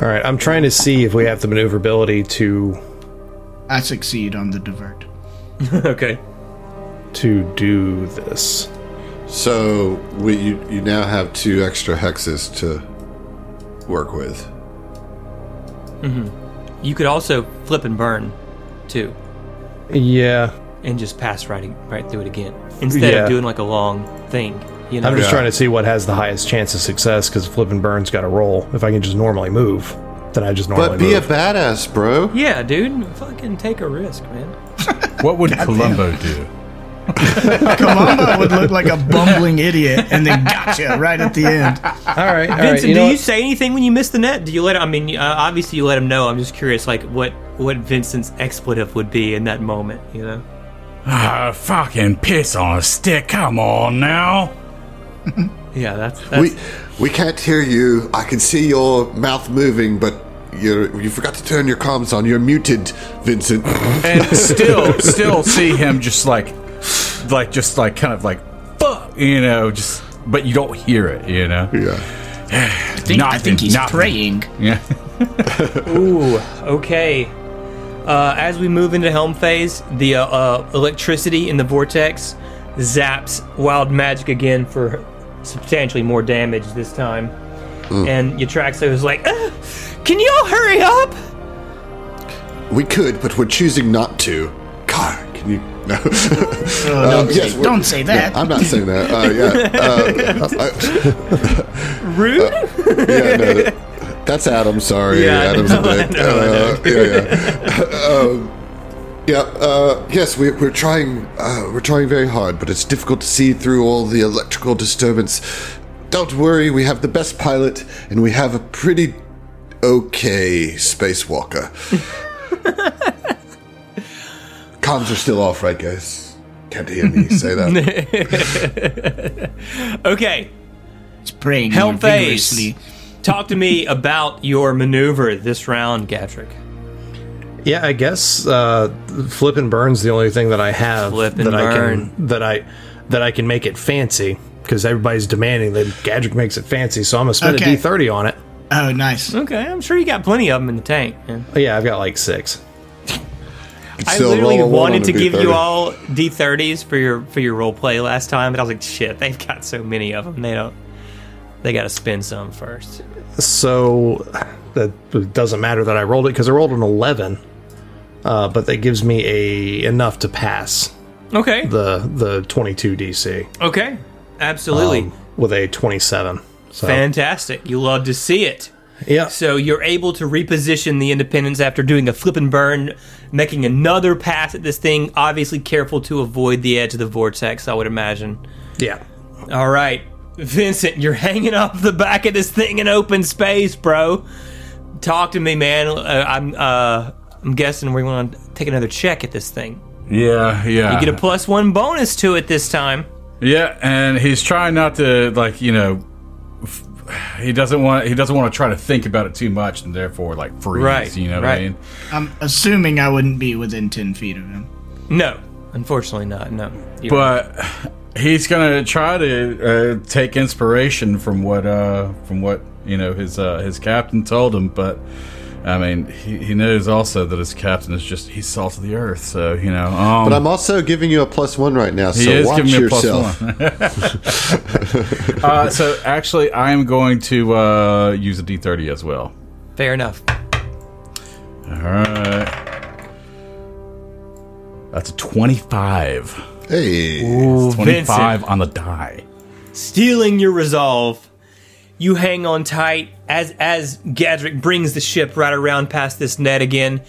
Speaker 6: All right. I'm trying to see if we have the maneuverability to
Speaker 3: I succeed on the divert.
Speaker 7: okay.
Speaker 6: to do this.
Speaker 4: So we, you, you now have two extra hexes to work with.
Speaker 6: Oh,
Speaker 7: You could also flip and burn, too,
Speaker 6: Yeah.
Speaker 7: and just pass right right through it again instead
Speaker 6: Yeah.
Speaker 7: of doing like a long thing. You know.
Speaker 6: I'm just
Speaker 4: Yeah.
Speaker 6: trying to see what has the highest chance of success because flip and burn's got a roll. If I can just normally move, then I just normally
Speaker 4: But be
Speaker 6: move.
Speaker 4: a badass, bro.
Speaker 7: yeah, dude. Fucking take a risk, man.
Speaker 2: What would Columbo do?
Speaker 3: Columbo would look like a bumbling idiot, and then gotcha right at the end.
Speaker 6: all right. All right.
Speaker 7: Vincent,
Speaker 6: you know
Speaker 7: do
Speaker 6: what?
Speaker 7: you say anything when you miss the net? Do you let? I mean, uh, obviously you let him know. I'm just curious, like what what Vincent's expletive would be in that moment. You know,
Speaker 2: Ah, fucking piss on a stick. Come on now.
Speaker 7: yeah, that's, that's
Speaker 4: We we can't hear you. I can see your mouth moving, but you you forgot to turn your comms on. You're muted, Vincent.
Speaker 2: and still still see him just like like just like kind of like fuck you know just but you don't hear it you know
Speaker 4: yeah.
Speaker 2: I think, yeah
Speaker 7: Ooh, okay. Uh, as we move into helm phase, the uh, uh, electricity in the vortex zaps wild magic again for substantially more damage this time. And Yatraxo is like, "Ah, "Can y'all hurry up?"
Speaker 4: We could, but we're choosing not to. Car, can you? No.
Speaker 3: don't say-
Speaker 4: we're-
Speaker 3: don't say that.
Speaker 4: Yeah, I'm not saying that. Uh, yeah. Uh, I-
Speaker 7: Rude.
Speaker 4: yeah, no, that's Adam. Sorry,
Speaker 7: Yeah, I
Speaker 4: Adam's
Speaker 7: know, I
Speaker 4: a dick.
Speaker 7: know, I
Speaker 4: Uh, yeah, yeah. um, yeah. Uh, yes, we, we're trying. Uh, we're trying very hard, but it's difficult to see through all the electrical disturbance. Don't worry, we have the best pilot, and we have a pretty okay spacewalker. Comms are still off, right, guys? Can't hear me say that.
Speaker 7: Okay,
Speaker 3: It's praying
Speaker 7: helm
Speaker 3: more vigorously.
Speaker 7: phase. Talk to me about your maneuver this round, Gatrick.
Speaker 6: Yeah, I guess uh, flip and burn's the only thing that I have
Speaker 7: Flip and
Speaker 6: that I
Speaker 7: burn.
Speaker 6: can that I that I can make it fancy because everybody's demanding that Gadrick makes it fancy. So I'm gonna spend
Speaker 3: Okay.
Speaker 6: a D30 on it.
Speaker 3: Oh, nice.
Speaker 7: Okay, I'm sure you got plenty of them in the tank. Man.
Speaker 6: But yeah, I've got like six.
Speaker 7: I
Speaker 4: Still
Speaker 7: literally
Speaker 4: roll a one on
Speaker 7: wanted
Speaker 4: a
Speaker 7: to give you
Speaker 4: D30.
Speaker 7: all D30s for your for your role play last time, but I was like, shit, they've got so many of them. They don't. They got to spend some first.
Speaker 6: So that it doesn't matter that I rolled it because I rolled an 11. Uh, but that gives me a enough to pass
Speaker 7: Okay.
Speaker 6: the the 22 DC
Speaker 7: okay. Absolutely.
Speaker 6: um, with a 27. So
Speaker 7: Fantastic. You love to see it.
Speaker 6: yeah,
Speaker 7: So you're able to reposition the Independence after doing a flip and burn, making another pass at this thing. Obviously, careful to avoid the edge of the vortex. I would imagine.
Speaker 6: yeah.
Speaker 7: All right, Vincent, you're hanging off the back of this thing in open space, bro. Talk to me, man. Uh, I'm uh, I'm guessing we want to take another check at this thing.
Speaker 2: yeah yeah
Speaker 7: Get a plus one bonus to it this time.
Speaker 2: Yeah, and he's trying not to like you know. f- He doesn't want he doesn't want to try to think about it too much, and therefore like freeze.
Speaker 7: Right,
Speaker 2: You know what
Speaker 7: right.
Speaker 2: I mean?
Speaker 3: I'm assuming I wouldn't be within 10 feet of him.
Speaker 7: No, unfortunately not. No. You-
Speaker 2: But he's gonna try to uh, take inspiration from what uh from what you know his uh, his captain told him, but. I mean, he, he knows also that his captain is just, he's salt of the earth, so, you know. Um,
Speaker 4: But I'm also giving you a plus one right now,
Speaker 2: He
Speaker 4: so
Speaker 2: is
Speaker 4: watch
Speaker 2: giving me a plus
Speaker 4: yourself.
Speaker 2: one. uh, so actually, I am going to uh, use a d30 as well.
Speaker 7: Fair enough.
Speaker 2: All right. That's a 25.
Speaker 4: Hey,
Speaker 2: It's 25
Speaker 7: Vincent.
Speaker 2: on the die.
Speaker 7: Stealing your resolve. You hang on tight as as Gadrick brings the ship right around past this net again.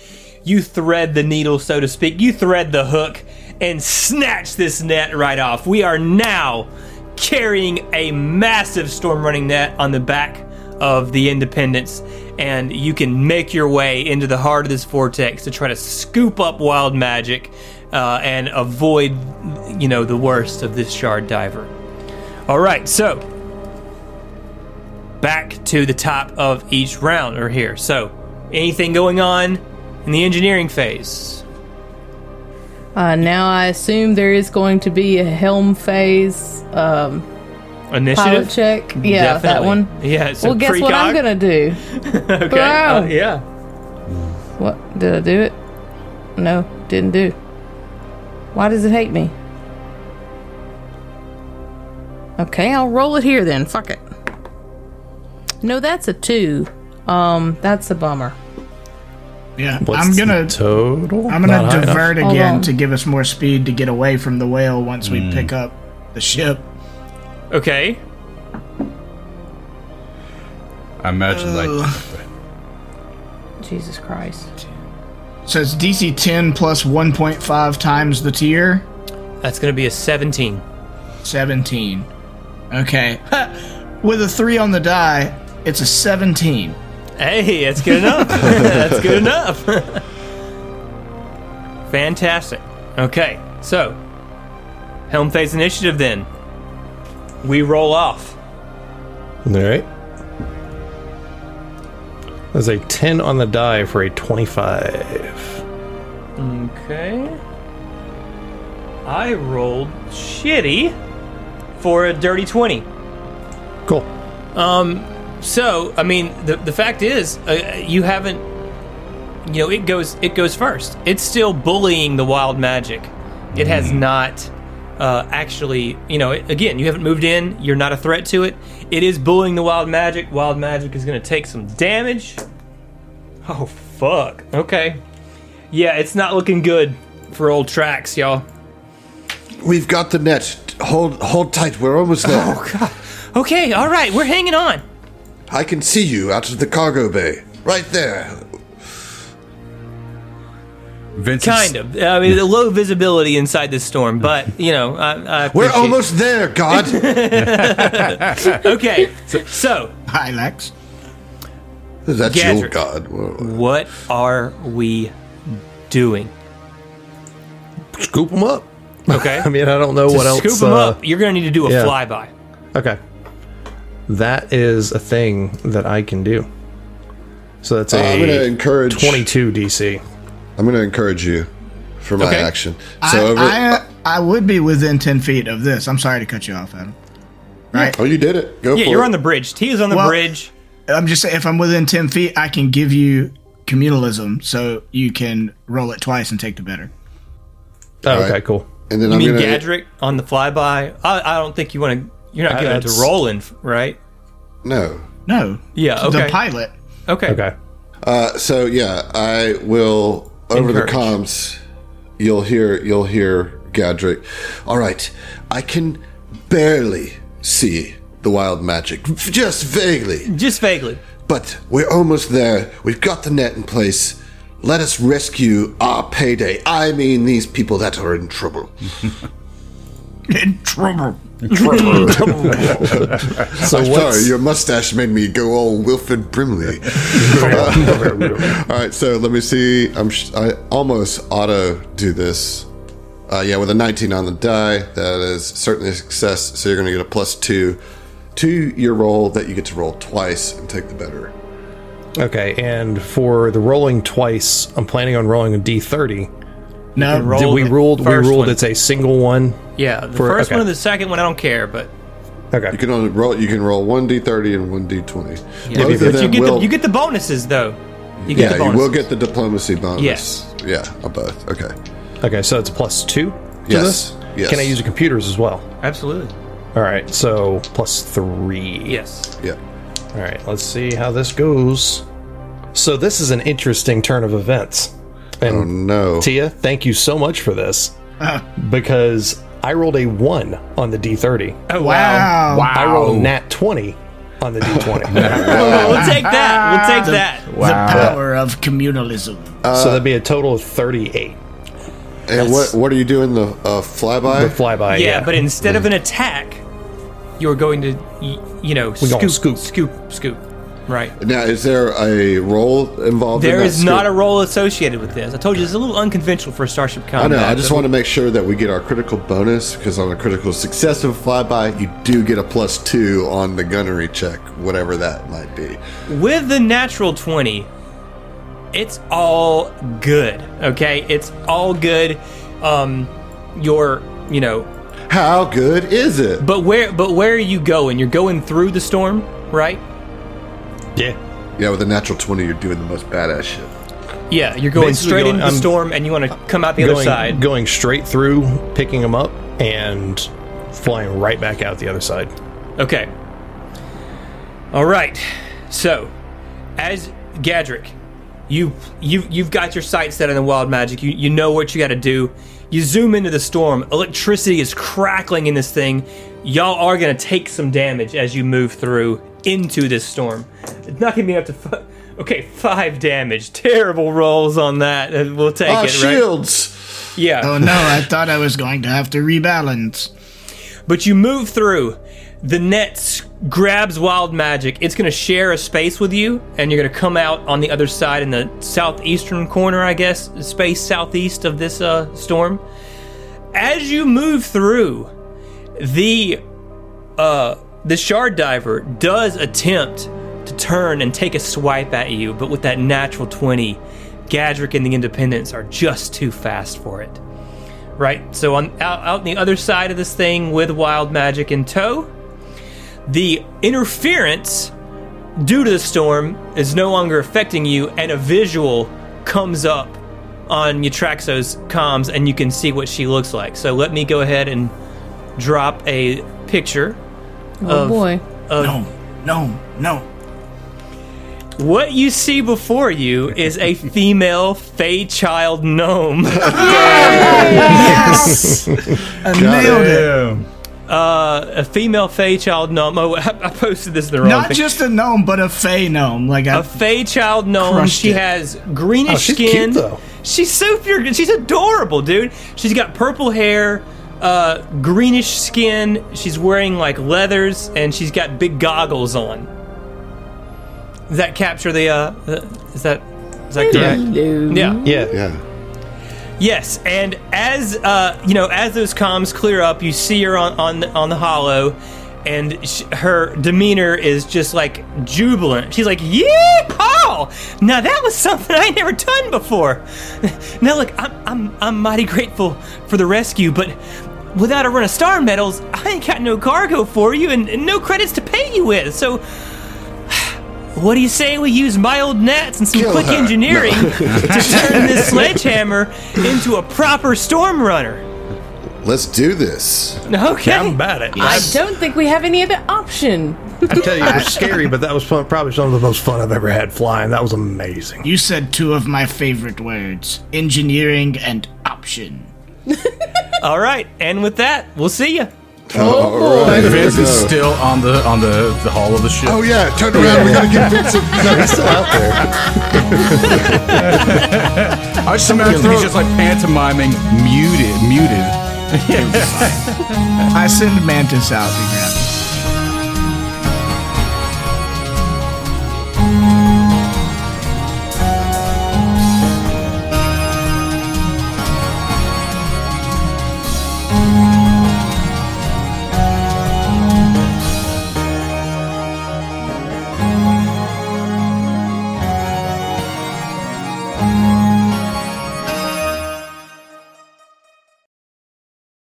Speaker 7: You thread the needle, so to speak. You thread the hook and snatch this net right off. We are now carrying a massive storm running net on the back of the Independence, and you can make your way into the heart of this vortex to try to scoop up wild magic uh, and avoid, you know, the worst of this shard diver. All right, so back to the top of each round or here. So, anything going on in the engineering phase?
Speaker 5: Uh, now I assume there is going to be a helm phase um, pilot
Speaker 7: Initiative?
Speaker 5: check. Yeah, that
Speaker 7: Definitely.
Speaker 5: one.
Speaker 7: Yeah, so
Speaker 5: Well, guess what I'm
Speaker 7: precog?
Speaker 5: gonna do.
Speaker 7: Okay. uh,
Speaker 5: Bro.
Speaker 7: yeah.
Speaker 5: What did I do it? No, didn't do. Why does it hate me? Okay, I'll roll it here then. Fuck it. No, that's a two. Um, that's a bummer.
Speaker 3: Yeah,
Speaker 6: What's
Speaker 3: I'm
Speaker 6: the
Speaker 3: gonna
Speaker 6: total.
Speaker 3: I'm gonna
Speaker 6: Not high enough.
Speaker 3: divert
Speaker 5: Hold
Speaker 3: again
Speaker 5: on.
Speaker 3: to give us more speed to get away from the whale once
Speaker 6: Hmm.
Speaker 3: we pick up the ship.
Speaker 7: Okay.
Speaker 2: I imagine, like,
Speaker 5: Jesus Christ.
Speaker 3: So it's DC 10 plus 1.5 times the tier.
Speaker 7: That's going to be a 17.
Speaker 3: 17. Okay. With a 3 on the die, it's a 17.
Speaker 7: Hey, that's good enough. that's good enough. Fantastic. Okay, so helm phase initiative then. We roll off.
Speaker 6: All right. There's a 10 on the die for a 25.
Speaker 7: Okay. I rolled shitty for a dirty 20.
Speaker 6: Cool.
Speaker 7: So, I mean, the, the fact is, uh, you haven't, you know, it goes it goes first. It's still bullying the wild magic. It has not uh, actually, you know, it, again, you haven't moved in. You're not a threat to it. It is bullying the wild magic. Wild magic is going to take some damage. Oh fuck. Okay. Yeah, it's not looking good for old tracks, y'all.
Speaker 4: we've got the net. Hold, hold tight. We're almost there.
Speaker 3: Oh,
Speaker 7: Okay, all right, we're hanging on.
Speaker 4: I can see you out of the cargo bay, right there.
Speaker 2: Vincent's,
Speaker 7: Kind of. I mean, the low visibility inside this storm, but you know, I, I
Speaker 4: We're
Speaker 7: appreciate-
Speaker 4: almost there, God.
Speaker 7: okay. So,
Speaker 3: Hi, Lex.
Speaker 4: That's your
Speaker 7: Gadget.
Speaker 4: God.
Speaker 3: Uh,
Speaker 4: Whoa.
Speaker 7: what are we doing?
Speaker 6: Scoop them up.
Speaker 7: Okay.
Speaker 6: I mean, I don't know
Speaker 7: To
Speaker 6: what else.
Speaker 7: scoop them
Speaker 6: uh,
Speaker 7: up. You're gonna need to do a
Speaker 6: yeah.
Speaker 7: flyby.
Speaker 6: Okay. That is a thing that I can do. So that's
Speaker 4: Uh,
Speaker 6: a
Speaker 4: I'm gonna encourage.
Speaker 6: 22 DC.
Speaker 4: I'm going to encourage you for my
Speaker 7: Okay.
Speaker 4: action.
Speaker 3: I,
Speaker 4: So over.
Speaker 3: I, I would be within 10 feet of this. I'm sorry to cut you off, Adam. Right?
Speaker 4: oh, you did it. Go
Speaker 7: Yeah,
Speaker 4: for
Speaker 7: you're
Speaker 4: it.
Speaker 7: on the bridge. T is on the
Speaker 3: Well-
Speaker 7: bridge.
Speaker 3: I'm just saying, if I'm within 10 feet, I can give you communalism so you can roll it twice and take the better.
Speaker 6: Oh, okay,
Speaker 4: right.
Speaker 6: cool.
Speaker 4: and then
Speaker 7: I
Speaker 4: I'm
Speaker 7: mean,
Speaker 4: going to.
Speaker 7: Gadrick on the flyby. I, I don't think you want to. You're not
Speaker 6: Uh,
Speaker 7: giving it to
Speaker 6: that's-
Speaker 7: Roland, right?
Speaker 4: No.
Speaker 3: No.
Speaker 7: Yeah,
Speaker 3: To
Speaker 7: okay.
Speaker 3: The pilot.
Speaker 7: Okay.
Speaker 6: Okay.
Speaker 4: Uh, so yeah, I will over
Speaker 7: Encourage.
Speaker 4: the comms. You'll hear. You'll hear Gadrick. All right, I can barely see the wild magic, just vaguely.
Speaker 7: Just vaguely.
Speaker 4: But we're almost there. We've got the net in place. Let us rescue our payday. I mean, these people that are in trouble.
Speaker 3: In trouble.
Speaker 6: So
Speaker 4: I'm
Speaker 6: what's
Speaker 4: sorry, your mustache made me go all Wilfred Brimley. all right, so let me see. I'm sh- I almost auto do this. Uh, yeah, with a 19 on the die, that is certainly a success. So you're going to get a plus two to your roll that you get to roll twice and take the better.
Speaker 6: Okay, and for the rolling twice, I'm planning on rolling a d30.
Speaker 3: No,
Speaker 6: Did we
Speaker 7: the
Speaker 6: ruled we
Speaker 7: first
Speaker 6: ruled
Speaker 7: one.
Speaker 6: it's a single one.
Speaker 7: Yeah, the
Speaker 6: For-
Speaker 7: first
Speaker 6: okay.
Speaker 7: one and the second one, I don't care, but
Speaker 4: You
Speaker 6: Okay.
Speaker 4: can only roll. You can roll one d30 and one d20.
Speaker 7: Yeah,
Speaker 4: Both
Speaker 7: but
Speaker 4: of
Speaker 7: you
Speaker 4: them
Speaker 7: get
Speaker 4: will.
Speaker 7: the, you get the bonuses though. You get
Speaker 4: yeah,
Speaker 7: the bonuses.
Speaker 4: you will get the diplomacy bonus.
Speaker 7: Yes.
Speaker 4: Yeah, on both. Okay.
Speaker 6: Okay, so it's a plus 2 to
Speaker 4: Yes,
Speaker 6: this.
Speaker 4: yes.
Speaker 6: Can I use the computers as well?
Speaker 7: absolutely.
Speaker 6: All right. So plus 3.
Speaker 7: Yes.
Speaker 4: Yeah.
Speaker 6: All right, let's see how this goes. So this is an interesting turn of events. And
Speaker 4: Oh no.
Speaker 6: Tia, thank you so much for this because I rolled a one on the D30.
Speaker 7: Oh
Speaker 3: Wow.
Speaker 2: Wow.
Speaker 6: I rolled a nat 20 on the D20.
Speaker 7: Well, we'll take that. We'll take that.
Speaker 3: The power of communalism.
Speaker 6: so that'd be
Speaker 4: Uh,
Speaker 6: a total of 38.
Speaker 4: and what what are you doing the uh, flyby?
Speaker 6: The flyby.
Speaker 7: Yeah, but instead of an attack, you're going to y- you know
Speaker 6: gonna scoop.
Speaker 7: scoop, scoop scoop. Right.
Speaker 4: now, is there a roll involved? in
Speaker 7: There
Speaker 4: that
Speaker 7: is not a
Speaker 4: scoop?
Speaker 7: role associated with this. I told you it's a little unconventional for Starship
Speaker 4: I
Speaker 7: Combat.
Speaker 4: know. I just want to make sure that we get our critical bonus because on a critical success of a flyby, you do get a plus two on the gunnery check, whatever that might be.
Speaker 7: with the natural 20 it's all good okay it's all good um your you know
Speaker 4: How good is it?
Speaker 7: but where but where are you going you're going through the storm right
Speaker 6: Yeah.
Speaker 4: Yeah, with a natural 20, you're doing the most badass shit.
Speaker 7: yeah you're going
Speaker 6: Basically
Speaker 7: straight
Speaker 6: going-
Speaker 7: into
Speaker 6: I'm-
Speaker 7: the storm and you want to come out the other
Speaker 6: Going,
Speaker 7: side
Speaker 6: going straight through, picking them up, and flying right back out the other side.
Speaker 7: Okay. All right. So, as Gadrick, you you you've got your sights set on the wild magic. You you know what you got to do. You zoom into the storm. Electricity is crackling in this thing. Y'all are gonna take some damage as you move through into this storm. It's not gonna be up to. F- okay, five damage. Terrible rolls on that. Uh, We'll take
Speaker 4: Ah,
Speaker 7: it. Right?
Speaker 4: shields!
Speaker 7: Yeah.
Speaker 3: Oh no, I thought I was going to have to rebalance.
Speaker 7: But you move through. The net s- grabs wild magic. It's going to share a space with you, and you're going to come out on the other side in the southeastern corner, I guess, space southeast of this uh, storm. As you move through, the uh, the shard diver does attempt to turn and take a swipe at you, but with that natural twenty, Gadrick and the Independents are just too fast for it right? So on out, out on the other side of this thing with wild magic in tow, the interference due to the storm is no longer affecting you, and a visual comes up on Utraxo's comms, and you can see what she looks like. So let me go ahead and drop a picture
Speaker 5: Oh
Speaker 7: Of-
Speaker 5: boy.
Speaker 7: Uh,
Speaker 3: No, no, no.
Speaker 7: What you see before you is a female Fey child gnome.
Speaker 3: Yes, I nailed it.
Speaker 2: Damn.
Speaker 7: Uh, a female Fey child gnome. Oh, I, I posted this in the wrong
Speaker 3: Not
Speaker 7: thing.
Speaker 3: just a gnome, but a fey gnome. Like I,
Speaker 7: a fey child gnome.
Speaker 3: Crushed
Speaker 7: she
Speaker 3: it.
Speaker 7: has greenish
Speaker 6: Oh, she's cute,
Speaker 7: skin.
Speaker 6: though.
Speaker 7: She's so pure. She's adorable, dude. She's got purple hair, uh, greenish skin. She's wearing like leathers, and she's got big goggles on. Does that capture the? Uh, the is that? Is that correct? Yeah.
Speaker 6: Yeah.
Speaker 4: Yeah.
Speaker 7: Yes, and as uh, you know, as those comms clear up, you see her on on the, on the hollow, and sh- her demeanor is just like jubilant. She's like, "Yeah, Paul! Now that was something I ain't never done before. Now look, I'm I'm I'm mighty grateful for the rescue, but without a run of star medals, I ain't got no cargo for you and, and no credits to pay you with. So." What do you say we use my old nets and some
Speaker 4: Kill
Speaker 7: quick
Speaker 4: her.
Speaker 7: engineering to turn this sledgehammer into a proper storm runner?
Speaker 4: Let's do this.
Speaker 7: Okay.
Speaker 6: I'm bad at
Speaker 5: I
Speaker 6: this.
Speaker 5: don't think we have any other option.
Speaker 6: I tell you, it was scary, but that was fun, probably some of the most fun I've ever had flying. That was amazing.
Speaker 3: you said two of my favorite words: engineering and option.
Speaker 7: All right. And with that, we'll see you.
Speaker 4: Oh, All right.
Speaker 2: Vince is
Speaker 4: Let's go.
Speaker 2: still on the on the, the hull of the ship.
Speaker 4: Oh, yeah. Turn around. We gotta get Vincent.
Speaker 6: He's still out there.
Speaker 2: I just imagine he's just like pantomiming, muted, muted.
Speaker 3: I send Mantis out to grab.